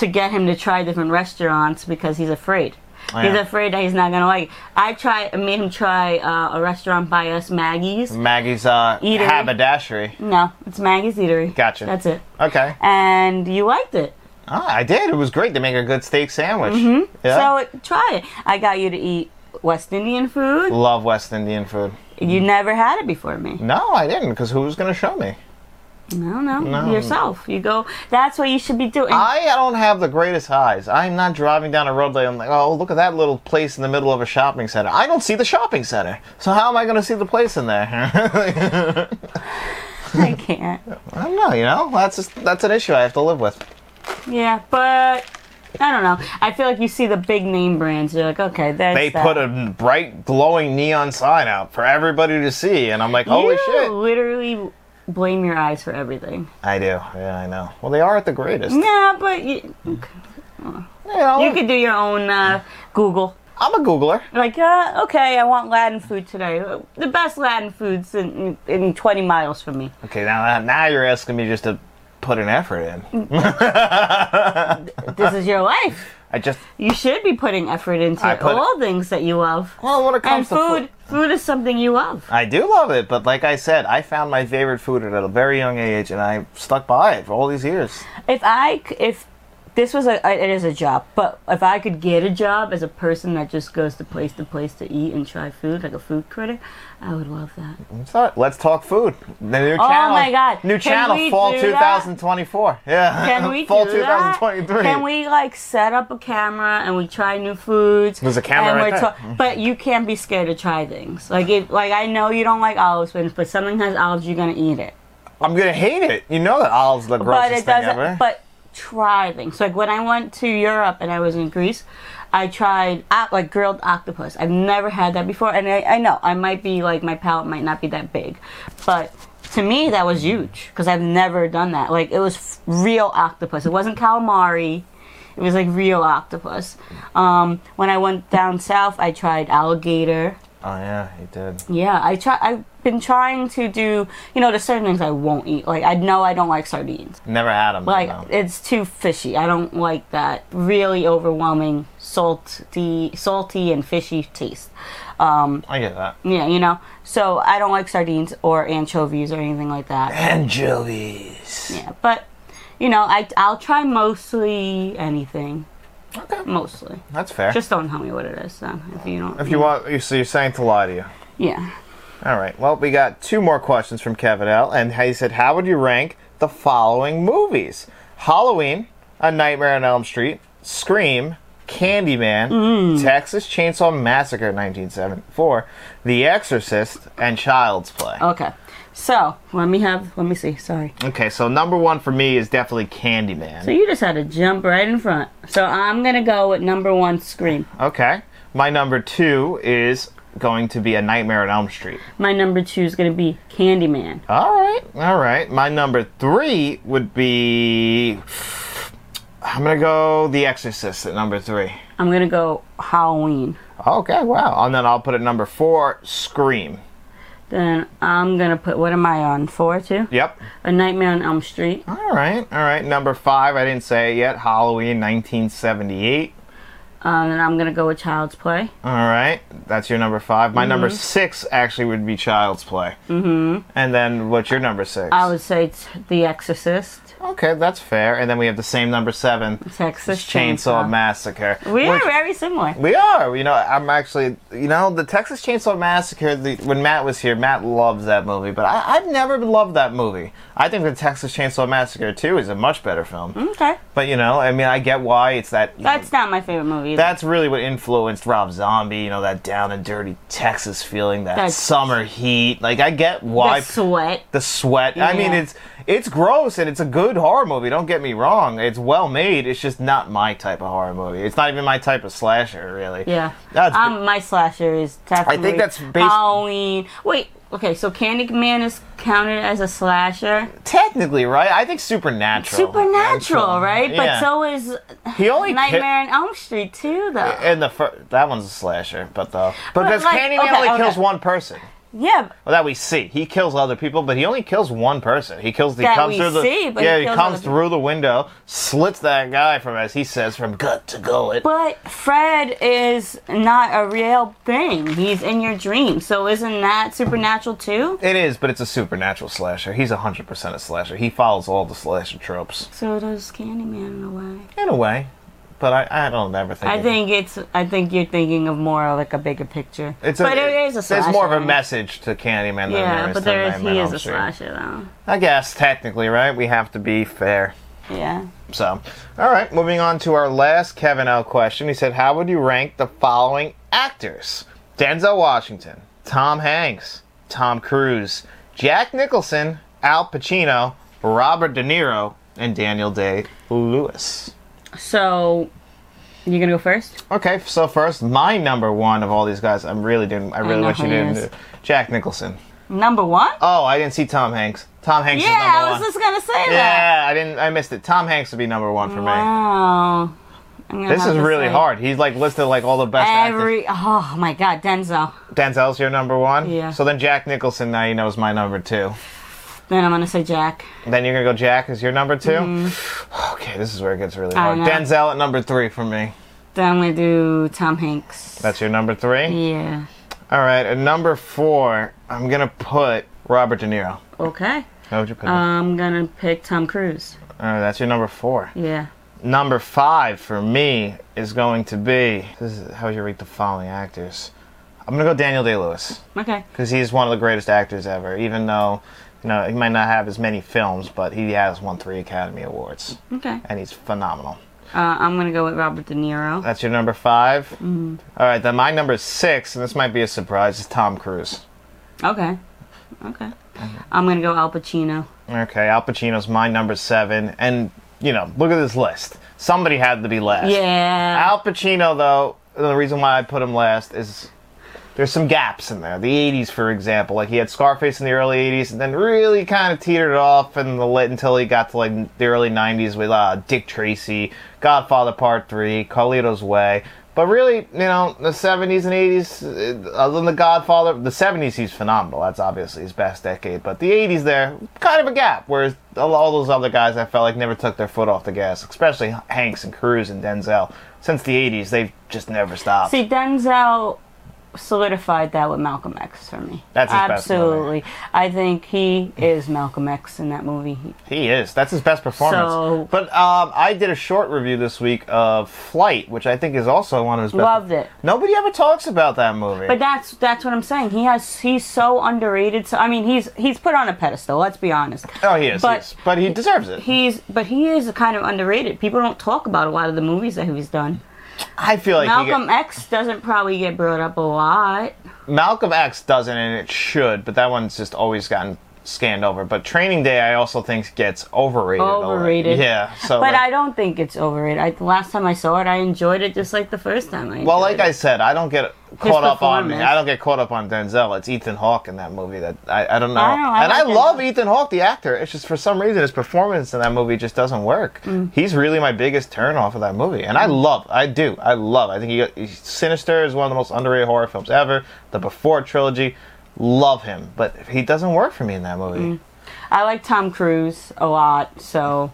Speaker 2: to get him to try different restaurants because he's afraid he's
Speaker 1: Oh, Yeah.
Speaker 2: afraid that he's not gonna like it. i try I made him try uh, a restaurant by us maggie's
Speaker 1: Maggie's uh,
Speaker 2: Eatery.
Speaker 1: haberdashery.
Speaker 2: no it's maggie's eatery
Speaker 1: Mm-hmm. Gotcha.
Speaker 2: that's it
Speaker 1: Okay,
Speaker 2: and you liked it
Speaker 1: ah, I did. It was great. They make a good steak sandwich. Yeah.
Speaker 2: Mm-hmm. so it, try it i got you to eat west indian food
Speaker 1: Love West Indian food.
Speaker 2: you never had it before me
Speaker 1: No, I didn't because who was going to show me?
Speaker 2: no no,
Speaker 1: No. Ah.
Speaker 2: yourself you go that's what you should be doing
Speaker 1: I don't have the greatest highs. I'm not driving down a road that I'm like, oh, look at that little place in the middle of a shopping center. I don't see the shopping center. So how am I going to see the place in there? *laughs* I
Speaker 2: *laughs* I can't
Speaker 1: don't know, you know? That's just, that's an issue I have to live with.
Speaker 2: Yeah, but I don't know. I feel like you see the big name brands. You're like, okay, that's
Speaker 1: They
Speaker 2: that.
Speaker 1: put a bright glowing neon sign out for everybody to see and I'm like, "Holy
Speaker 2: you
Speaker 1: shit."
Speaker 2: literally blame your eyes for everything.
Speaker 1: I do. Yeah, I know. Well, they are at the greatest.
Speaker 2: Nah, but you,
Speaker 1: You know,
Speaker 2: Mm-hmm. you could do your own uh, Google.
Speaker 1: I'm a Googler.
Speaker 2: Like, uh, okay, I want Latin food today. The best Latin foods in, in 20 miles from me.
Speaker 1: Okay, now now you're asking me just to put an effort in.
Speaker 2: This is your life.
Speaker 1: I just
Speaker 2: You should be putting effort into
Speaker 1: I put-
Speaker 2: all things that you love.
Speaker 1: Well, when it
Speaker 2: And
Speaker 1: comes to
Speaker 2: food, food is something you love.
Speaker 1: I do love it, but like I said, I found my favorite food at a very young age, and I stuck by it for all these years.
Speaker 2: If I c- if this was a I- it is a job, but if I could get a job as a person that just goes to place to place to eat and try food like a food critic, I would love that.
Speaker 1: It's not- Let's talk food. The new
Speaker 2: Oh
Speaker 1: channel.
Speaker 2: my God.
Speaker 1: New
Speaker 2: Can
Speaker 1: channel,
Speaker 2: we
Speaker 1: fall
Speaker 2: do that?
Speaker 1: 2024. Yeah.
Speaker 2: Can
Speaker 1: *laughs*
Speaker 2: we
Speaker 1: fall
Speaker 2: do that?
Speaker 1: 2023.
Speaker 2: Can we like set up a camera and we try new foods?
Speaker 1: There's a camera
Speaker 2: and
Speaker 1: right
Speaker 2: we're
Speaker 1: there. Mm-hmm.
Speaker 2: ta- but you can't be scared to try things. Like if like I know you don't like olive spins, but something has olives, you're gonna eat it.
Speaker 1: I'm gonna hate it. You know that olives the grossest
Speaker 2: but it
Speaker 1: thing
Speaker 2: doesn't.
Speaker 1: ever.
Speaker 2: But try things. Like when I went to Europe and I was in Greece, I tried uh, like grilled octopus. I've never had that before, and I, I know I might be like my palate might not be that big, but to me that was huge because I've never done that. Like it was f- real octopus. It wasn't calamari. It was like real octopus. Um, when I went down south, I tried alligator.
Speaker 1: oh yeah, he did.
Speaker 2: Yeah, I try. I've been trying to do. You know, there's certain things I won't eat. Like I know I don't like sardines.
Speaker 1: Never had him.
Speaker 2: Like
Speaker 1: no.
Speaker 2: it's too fishy. I don't like that really overwhelming salty, salty and fishy taste. Um,
Speaker 1: I get that.
Speaker 2: yeah, you know. So I don't like sardines or anchovies or anything
Speaker 1: *laughs*
Speaker 2: like that.
Speaker 1: Anchovies.
Speaker 2: Yeah, but you know, I I'll try mostly anything.
Speaker 1: Okay.
Speaker 2: Mostly.
Speaker 1: That's fair.
Speaker 2: Just don't tell me what it is, then. If you don't.
Speaker 1: if you want, you so you're saying to lie to you.
Speaker 2: Yeah.
Speaker 1: All right. Well, we got two more questions from Kevin L. And he said, "How would you rank the following movies: Halloween, A Nightmare on Elm Street, Scream, Candyman, Texas Chainsaw Massacre (1974), The Exorcist, and Child's Play."
Speaker 2: Okay. So let me have. Let me see. Sorry.
Speaker 1: Okay, so number one for me is definitely Candyman.
Speaker 2: So you just had to jump right in front. So I'm gonna go with number one, Scream.
Speaker 1: Okay. My number two is going to be A Nightmare on Elm Street.
Speaker 2: My number two is gonna be Candyman.
Speaker 1: All right. All right. My number three would be. I'm going to go The Exorcist at number three.
Speaker 2: I'm gonna go Halloween.
Speaker 1: Okay, wow. And then I'll put at number four Scream.
Speaker 2: Then I'm gonna put what am I on? Four two?
Speaker 1: Yep.
Speaker 2: A Nightmare on Elm Street.
Speaker 1: All right. All right. Number five, I didn't say it yet Halloween 1978.
Speaker 2: Um, then I'm gonna go with Child's Play.
Speaker 1: All right, that's your number five. My number six actually would be Child's Play. Mm-hmm. And then what's your number six?
Speaker 2: I would say it's The Exorcist,
Speaker 1: Okay, that's fair. And then we have the same number seven,
Speaker 2: Texas
Speaker 1: Chainsaw
Speaker 2: Chainsaw.
Speaker 1: Massacre.
Speaker 2: we are
Speaker 1: which-
Speaker 2: very similar.
Speaker 1: We are. You know, I'm actually. You know, the Texas Chainsaw Massacre. The, when Matt was here, Matt loves that movie, but I, I've never loved that movie. I think the Texas Chainsaw Massacre Two is a much better film.
Speaker 2: Okay,
Speaker 1: But you know, I mean, I get why it's that.
Speaker 2: that's not my favorite movie. Either.
Speaker 1: that's really what influenced Rob Zombie, you know, that down and dirty Texas feeling, that
Speaker 2: That's-
Speaker 1: summer heat. Like I get why
Speaker 2: the sweat.
Speaker 1: the sweat. I mean,
Speaker 2: Yeah.
Speaker 1: it's it's gross and it's a good horror movie. Don't get me wrong; it's well made. It's just not my type of horror movie. It's not even my type of slasher, really.
Speaker 2: Yeah,
Speaker 1: That's
Speaker 2: um, my slasher is definitely.
Speaker 1: that's based-
Speaker 2: Halloween. Wait, okay, so Candyman is counted as a slasher.
Speaker 1: technically right. I think supernatural.
Speaker 2: Supernatural, right?
Speaker 1: Yeah.
Speaker 2: But so is
Speaker 1: He only Nightmare.
Speaker 2: Nightmare on Elm Street too, though.
Speaker 1: and the fir- that one's a slasher, but though, but,
Speaker 2: But,
Speaker 1: that's
Speaker 2: like,
Speaker 1: Candyman
Speaker 2: okay,
Speaker 1: only
Speaker 2: okay.
Speaker 1: kills one person.
Speaker 2: yeah,
Speaker 1: Well, that we see. He kills other people, but he only kills one person. He kills the
Speaker 2: That
Speaker 1: comes
Speaker 2: we
Speaker 1: through the
Speaker 2: see, but he
Speaker 1: yeah. He,
Speaker 2: kills
Speaker 1: comes
Speaker 2: other
Speaker 1: through the window, slits that guy from as he says from gut to gullet.
Speaker 2: But Fred is not a real thing. He's in your dream. So isn't that supernatural too?
Speaker 1: It is, but it's a supernatural slasher. He's 100% a slasher. He follows all the slasher tropes.
Speaker 2: So does Candyman in a way.
Speaker 1: In a way. But I, I don't ever think.
Speaker 2: I
Speaker 1: of-
Speaker 2: think it's. I think you're thinking of more like a bigger picture.
Speaker 1: It's
Speaker 2: but it is a slasher.
Speaker 1: There's more of a message to Candyman than there
Speaker 2: Yeah,
Speaker 1: is
Speaker 2: but
Speaker 1: to
Speaker 2: there is.
Speaker 1: Nightmare on
Speaker 2: He is
Speaker 1: Elm
Speaker 2: a
Speaker 1: Street.
Speaker 2: slasher
Speaker 1: I guess, technically, right? We have to be fair.
Speaker 2: though. Yeah.
Speaker 1: So, all right, moving on to our last Kevin L question. He said, How would you rank the following actors? Denzel Washington, Tom Hanks, Tom Cruise, Jack Nicholson, Al Pacino, Robert De Niro, and Daniel Day Lewis.
Speaker 2: So you gonna go first?
Speaker 1: Okay, so first, my number one of all these guys, I'm really didn't, I really
Speaker 2: know
Speaker 1: wish you
Speaker 2: who he
Speaker 1: didn't
Speaker 2: is.
Speaker 1: do Jack Nicholson.
Speaker 2: Number one.
Speaker 1: Oh, I didn't see Tom Hanks. Tom Hanks
Speaker 2: yeah,
Speaker 1: is number
Speaker 2: I was
Speaker 1: one.
Speaker 2: just gonna say that.
Speaker 1: yeah, I didn't, I missed it. Tom Hanks would be number one for me.
Speaker 2: Wow. I'm gonna
Speaker 1: This is
Speaker 2: have to
Speaker 1: really
Speaker 2: say
Speaker 1: hard. He's like listed like all the best actors.
Speaker 2: Every oh my god, Denzel.
Speaker 1: Denzel's your number one.
Speaker 2: Yeah.
Speaker 1: So then Jack Nicholson now you know is my number two.
Speaker 2: Then I'm gonna say Jack.
Speaker 1: Then you're gonna go Jack is your number two. Okay, this is where it gets really
Speaker 2: Mm-hmm. I
Speaker 1: hard.
Speaker 2: know.
Speaker 1: Denzel at number three for me.
Speaker 2: Then I'm gonna do Tom Hanks.
Speaker 1: That's your number three.
Speaker 2: Mm. yeah.
Speaker 1: All right, at number four, I'm gonna put Robert De Niro.
Speaker 2: Okay. Uh.
Speaker 1: How would you put him?
Speaker 2: I'm gonna pick Tom Cruise.
Speaker 1: All right, that's your number four.
Speaker 2: Yeah.
Speaker 1: Number five for me is going to be this is, how would you rate the following actors? I'm gonna go Daniel Day Lewis
Speaker 2: Okay.
Speaker 1: because he's one of the greatest actors ever. Even though you know he might not have as many films, but he has won three Academy Awards,
Speaker 2: Okay.
Speaker 1: and he's phenomenal.
Speaker 2: Uh, I'm gonna go with Robert De Niro.
Speaker 1: That's your number 5 All right, then my number six, and this might be a surprise, is Tom Cruise.
Speaker 2: Okay. Okay. I'm gonna go Al Pacino.
Speaker 1: Okay, Al Pacino's my number seven, and you know, look at this list. Somebody had to be last.
Speaker 2: Yeah.
Speaker 1: Al Pacino, though, the reason why I put him last is there's some gaps in there. The 80s, for example, like he had Scarface in the early 80s, and then really kind of teetered off in the lit until he got to like the early 90s with uh, Dick Tracy, Godfather Part Three, Carlito's Way. But really, you know, the 70s and 80s, uh, other than the Godfather, the 70s he's phenomenal. That's obviously his best decade. But the 80s there, kind of a gap. Whereas all- all those other guys, I felt like never took their foot off the gas, especially Hanks and Cruz and Denzel. Since the 80s, they've just never stopped.
Speaker 2: See, Denzel solidified that with Malcolm X for me.
Speaker 1: That's his best
Speaker 2: absolutely. I think he is Malcolm X in that movie. He-
Speaker 1: He is. That's his best performance.
Speaker 2: So-
Speaker 1: but um, I did a short review this week of Flight, which I think is also one of his best.
Speaker 2: Loved it.
Speaker 1: Nobody ever talks about that movie.
Speaker 2: But that's that's what I'm saying. He has he's so underrated. So I mean, he's he's put on a pedestal. Let's be honest.
Speaker 1: oh, he is. But, he
Speaker 2: but-
Speaker 1: is. but he deserves it.
Speaker 2: He's but he is kind of underrated. People don't talk about a lot of the movies that he's done.
Speaker 1: I feel like he
Speaker 2: Malcolm X doesn't probably get brought up a lot.
Speaker 1: get- Malcolm X doesn't, and it should. But that one's just always gotten scanned over. But Training Day, I also think gets overrated. a lot.
Speaker 2: Overrated.
Speaker 1: Yeah. So.
Speaker 2: But
Speaker 1: Oh, like-
Speaker 2: I don't think it's overrated. I, the last time I saw it, I enjoyed it just like the first time. I
Speaker 1: well, like
Speaker 2: enjoyed it.
Speaker 1: I said, I don't get caught up on
Speaker 2: performance.
Speaker 1: I don't get caught up on Denzel. It's Ethan Hawke in that movie that I, I don't know.
Speaker 2: I know, I
Speaker 1: and I
Speaker 2: like Denzel.
Speaker 1: love Ethan Hawke, the actor. It's just for some reason his performance in that movie just doesn't work.
Speaker 2: Mm.
Speaker 1: He's really my biggest turn off of that movie, and I love, I do, I love. I think he, got- he's- Sinister is one of the most underrated horror films ever. The Before trilogy, love him, but he doesn't work for me in that
Speaker 2: Mm.
Speaker 1: movie.
Speaker 2: I like Tom Cruise a lot, so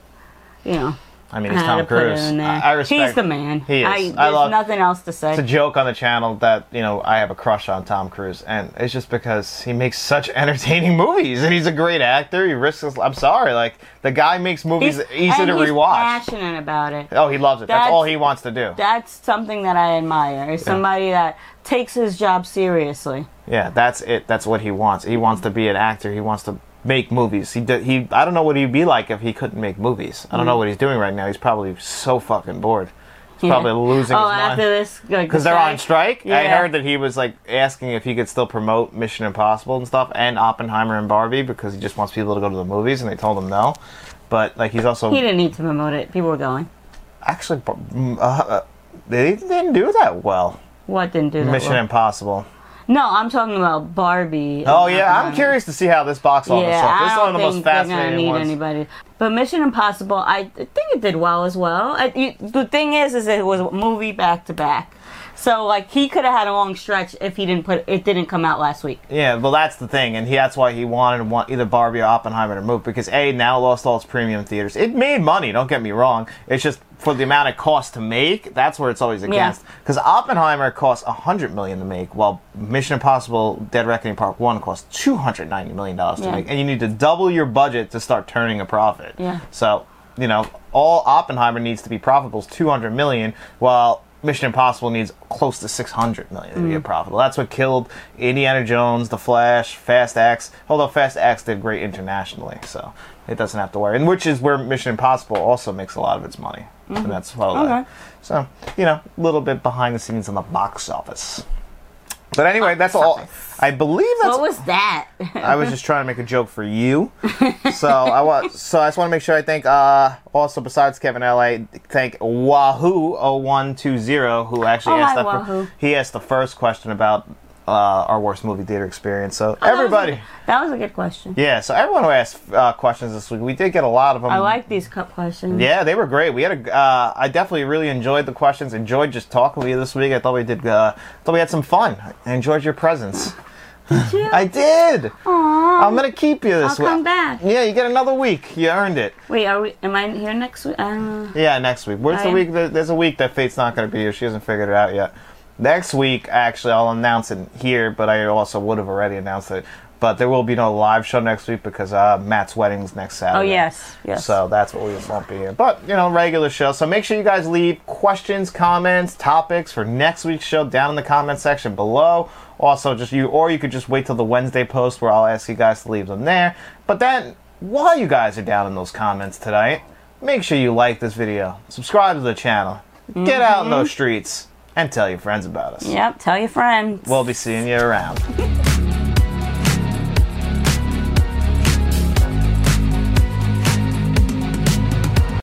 Speaker 2: you know.
Speaker 1: I mean,
Speaker 2: I
Speaker 1: he's
Speaker 2: had
Speaker 1: Tom
Speaker 2: to put it
Speaker 1: Cruise.
Speaker 2: in there.
Speaker 1: I, I respect.
Speaker 2: He's the man.
Speaker 1: He is.
Speaker 2: I,
Speaker 1: I
Speaker 2: there's
Speaker 1: love-
Speaker 2: nothing else to
Speaker 1: It's a
Speaker 2: say.
Speaker 1: joke on the channel that you know I have a crush on Tom Cruise, and it's just because he makes such *laughs* entertaining movies, and he's a great actor. He risks. His, I'm sorry, like the guy makes movies easy
Speaker 2: and
Speaker 1: to
Speaker 2: he's
Speaker 1: rewatch.
Speaker 2: Passionate about it.
Speaker 1: oh, he loves it. That's,
Speaker 2: That's-
Speaker 1: all he wants to do.
Speaker 2: That's something that I admire. Is somebody that takes his job seriously.
Speaker 1: yeah, that's it. That's what he wants. He wants to be an actor. He wants to make movies. He d he. I don't know what he'd be like if he couldn't make movies. I don't
Speaker 2: Mm.
Speaker 1: know what he's doing right now. He's probably so fucking bored. He's probably losing
Speaker 2: Oh,
Speaker 1: his mind.
Speaker 2: after this,
Speaker 1: Because they're on strike. I
Speaker 2: Yeah.
Speaker 1: heard that he was like asking if he could still promote Mission Impossible and stuff, and Oppenheimer and Barbie, because he just wants people to go to the movies, and they told him no. But like he's also
Speaker 2: He didn't need to promote it. People were going.
Speaker 1: actually, mm, uh, uh, they didn't do that well.
Speaker 2: What didn't do that?
Speaker 1: Mission
Speaker 2: well?
Speaker 1: Impossible.
Speaker 2: No, I'm talking about Barbie.
Speaker 1: Oh yeah, I'm
Speaker 2: Oppenheimer.
Speaker 1: curious to see how this box office.
Speaker 2: Yeah,
Speaker 1: looks. This
Speaker 2: I
Speaker 1: is
Speaker 2: don't
Speaker 1: one of the
Speaker 2: think
Speaker 1: most
Speaker 2: they're gonna
Speaker 1: fascinating
Speaker 2: need
Speaker 1: ones.
Speaker 2: anybody. But Mission Impossible, I th- think it did well as well. I, you, the thing is, is it was a movie back to back, so like he could have had a long stretch if he didn't put it didn't come out last week.
Speaker 1: Yeah, well, that's the thing, and he, that's why he wanted one, either Barbie or Oppenheimer to move because a now lost all its premium theaters. It made money, don't get me wrong. It's just for the amount of cost to make, that's where it's always against. Because Oppenheimer costs a hundred million to make, while Mission Impossible: Dead Reckoning Part One costs two hundred ninety million dollars to
Speaker 2: Yeah.
Speaker 1: make, and you need to double your budget to start turning a profit.
Speaker 2: Yeah.
Speaker 1: So you know, all Oppenheimer needs to be profitable is two hundred million, while Mission Impossible needs close to six hundred million to
Speaker 2: Mm.
Speaker 1: be profitable. That's what killed Indiana Jones, The Flash, Fast X. Although Fast X did great internationally, so it doesn't have to worry. And which is where Mission Impossible also makes a lot of its money, and that's well.
Speaker 2: Mm-hmm.
Speaker 1: uh,
Speaker 2: Okay.
Speaker 1: So you know, a little bit behind the scenes on the box office. But anyway, that's all. I believe that's
Speaker 2: What was that? *laughs*
Speaker 1: I was just trying to make a joke for you. So I want. So I just want to make sure I thank. Uh, also, besides Kevin La, thank Wahoo 0120 who actually
Speaker 2: Oh,
Speaker 1: asked
Speaker 2: hi,
Speaker 1: that. fir-
Speaker 2: Wahoo.
Speaker 1: he asked the first question about uh, our worst movie theater experience. So
Speaker 2: Oh, That was a
Speaker 1: everybody.
Speaker 2: good- that was a good question.
Speaker 1: yeah. So everyone who asked uh, questions this week, we did get a lot of them.
Speaker 2: I like these cup questions.
Speaker 1: Yeah, they were great. We had a. Uh, I definitely really enjoyed the questions. Enjoyed just talking with you this week. I thought we did. Uh, thought we had some fun. I enjoyed your presence. *laughs* I did.
Speaker 2: Aw.
Speaker 1: I'm gonna keep you this
Speaker 2: I'll
Speaker 1: week.
Speaker 2: come back.
Speaker 1: Yeah, you get another week. You earned it.
Speaker 2: Wait, are we? Am I here next week? I don't know.
Speaker 1: Yeah, next week. Where's the
Speaker 2: Fine.
Speaker 1: week? That, there's a week that Fate's not gonna be here. She hasn't figured it out yet. Next week, actually, I'll announce it here, but I also would have already announced it. But there will be no live show next week because uh, Matt's wedding's next Saturday.
Speaker 2: Oh, yes, yes.
Speaker 1: So that's what we won't be in. But you know, regular show. So make sure you guys leave questions, comments, topics for next week's show down in the comment section below. Also, just you or you could just wait till the Wednesday post where I'll ask you guys to leave them there. But then, while you guys are down in those comments tonight, make sure you like this video, subscribe to the channel, get out in those streets, and tell your friends about us.
Speaker 2: Yep, tell your friends.
Speaker 1: We'll be seeing you around.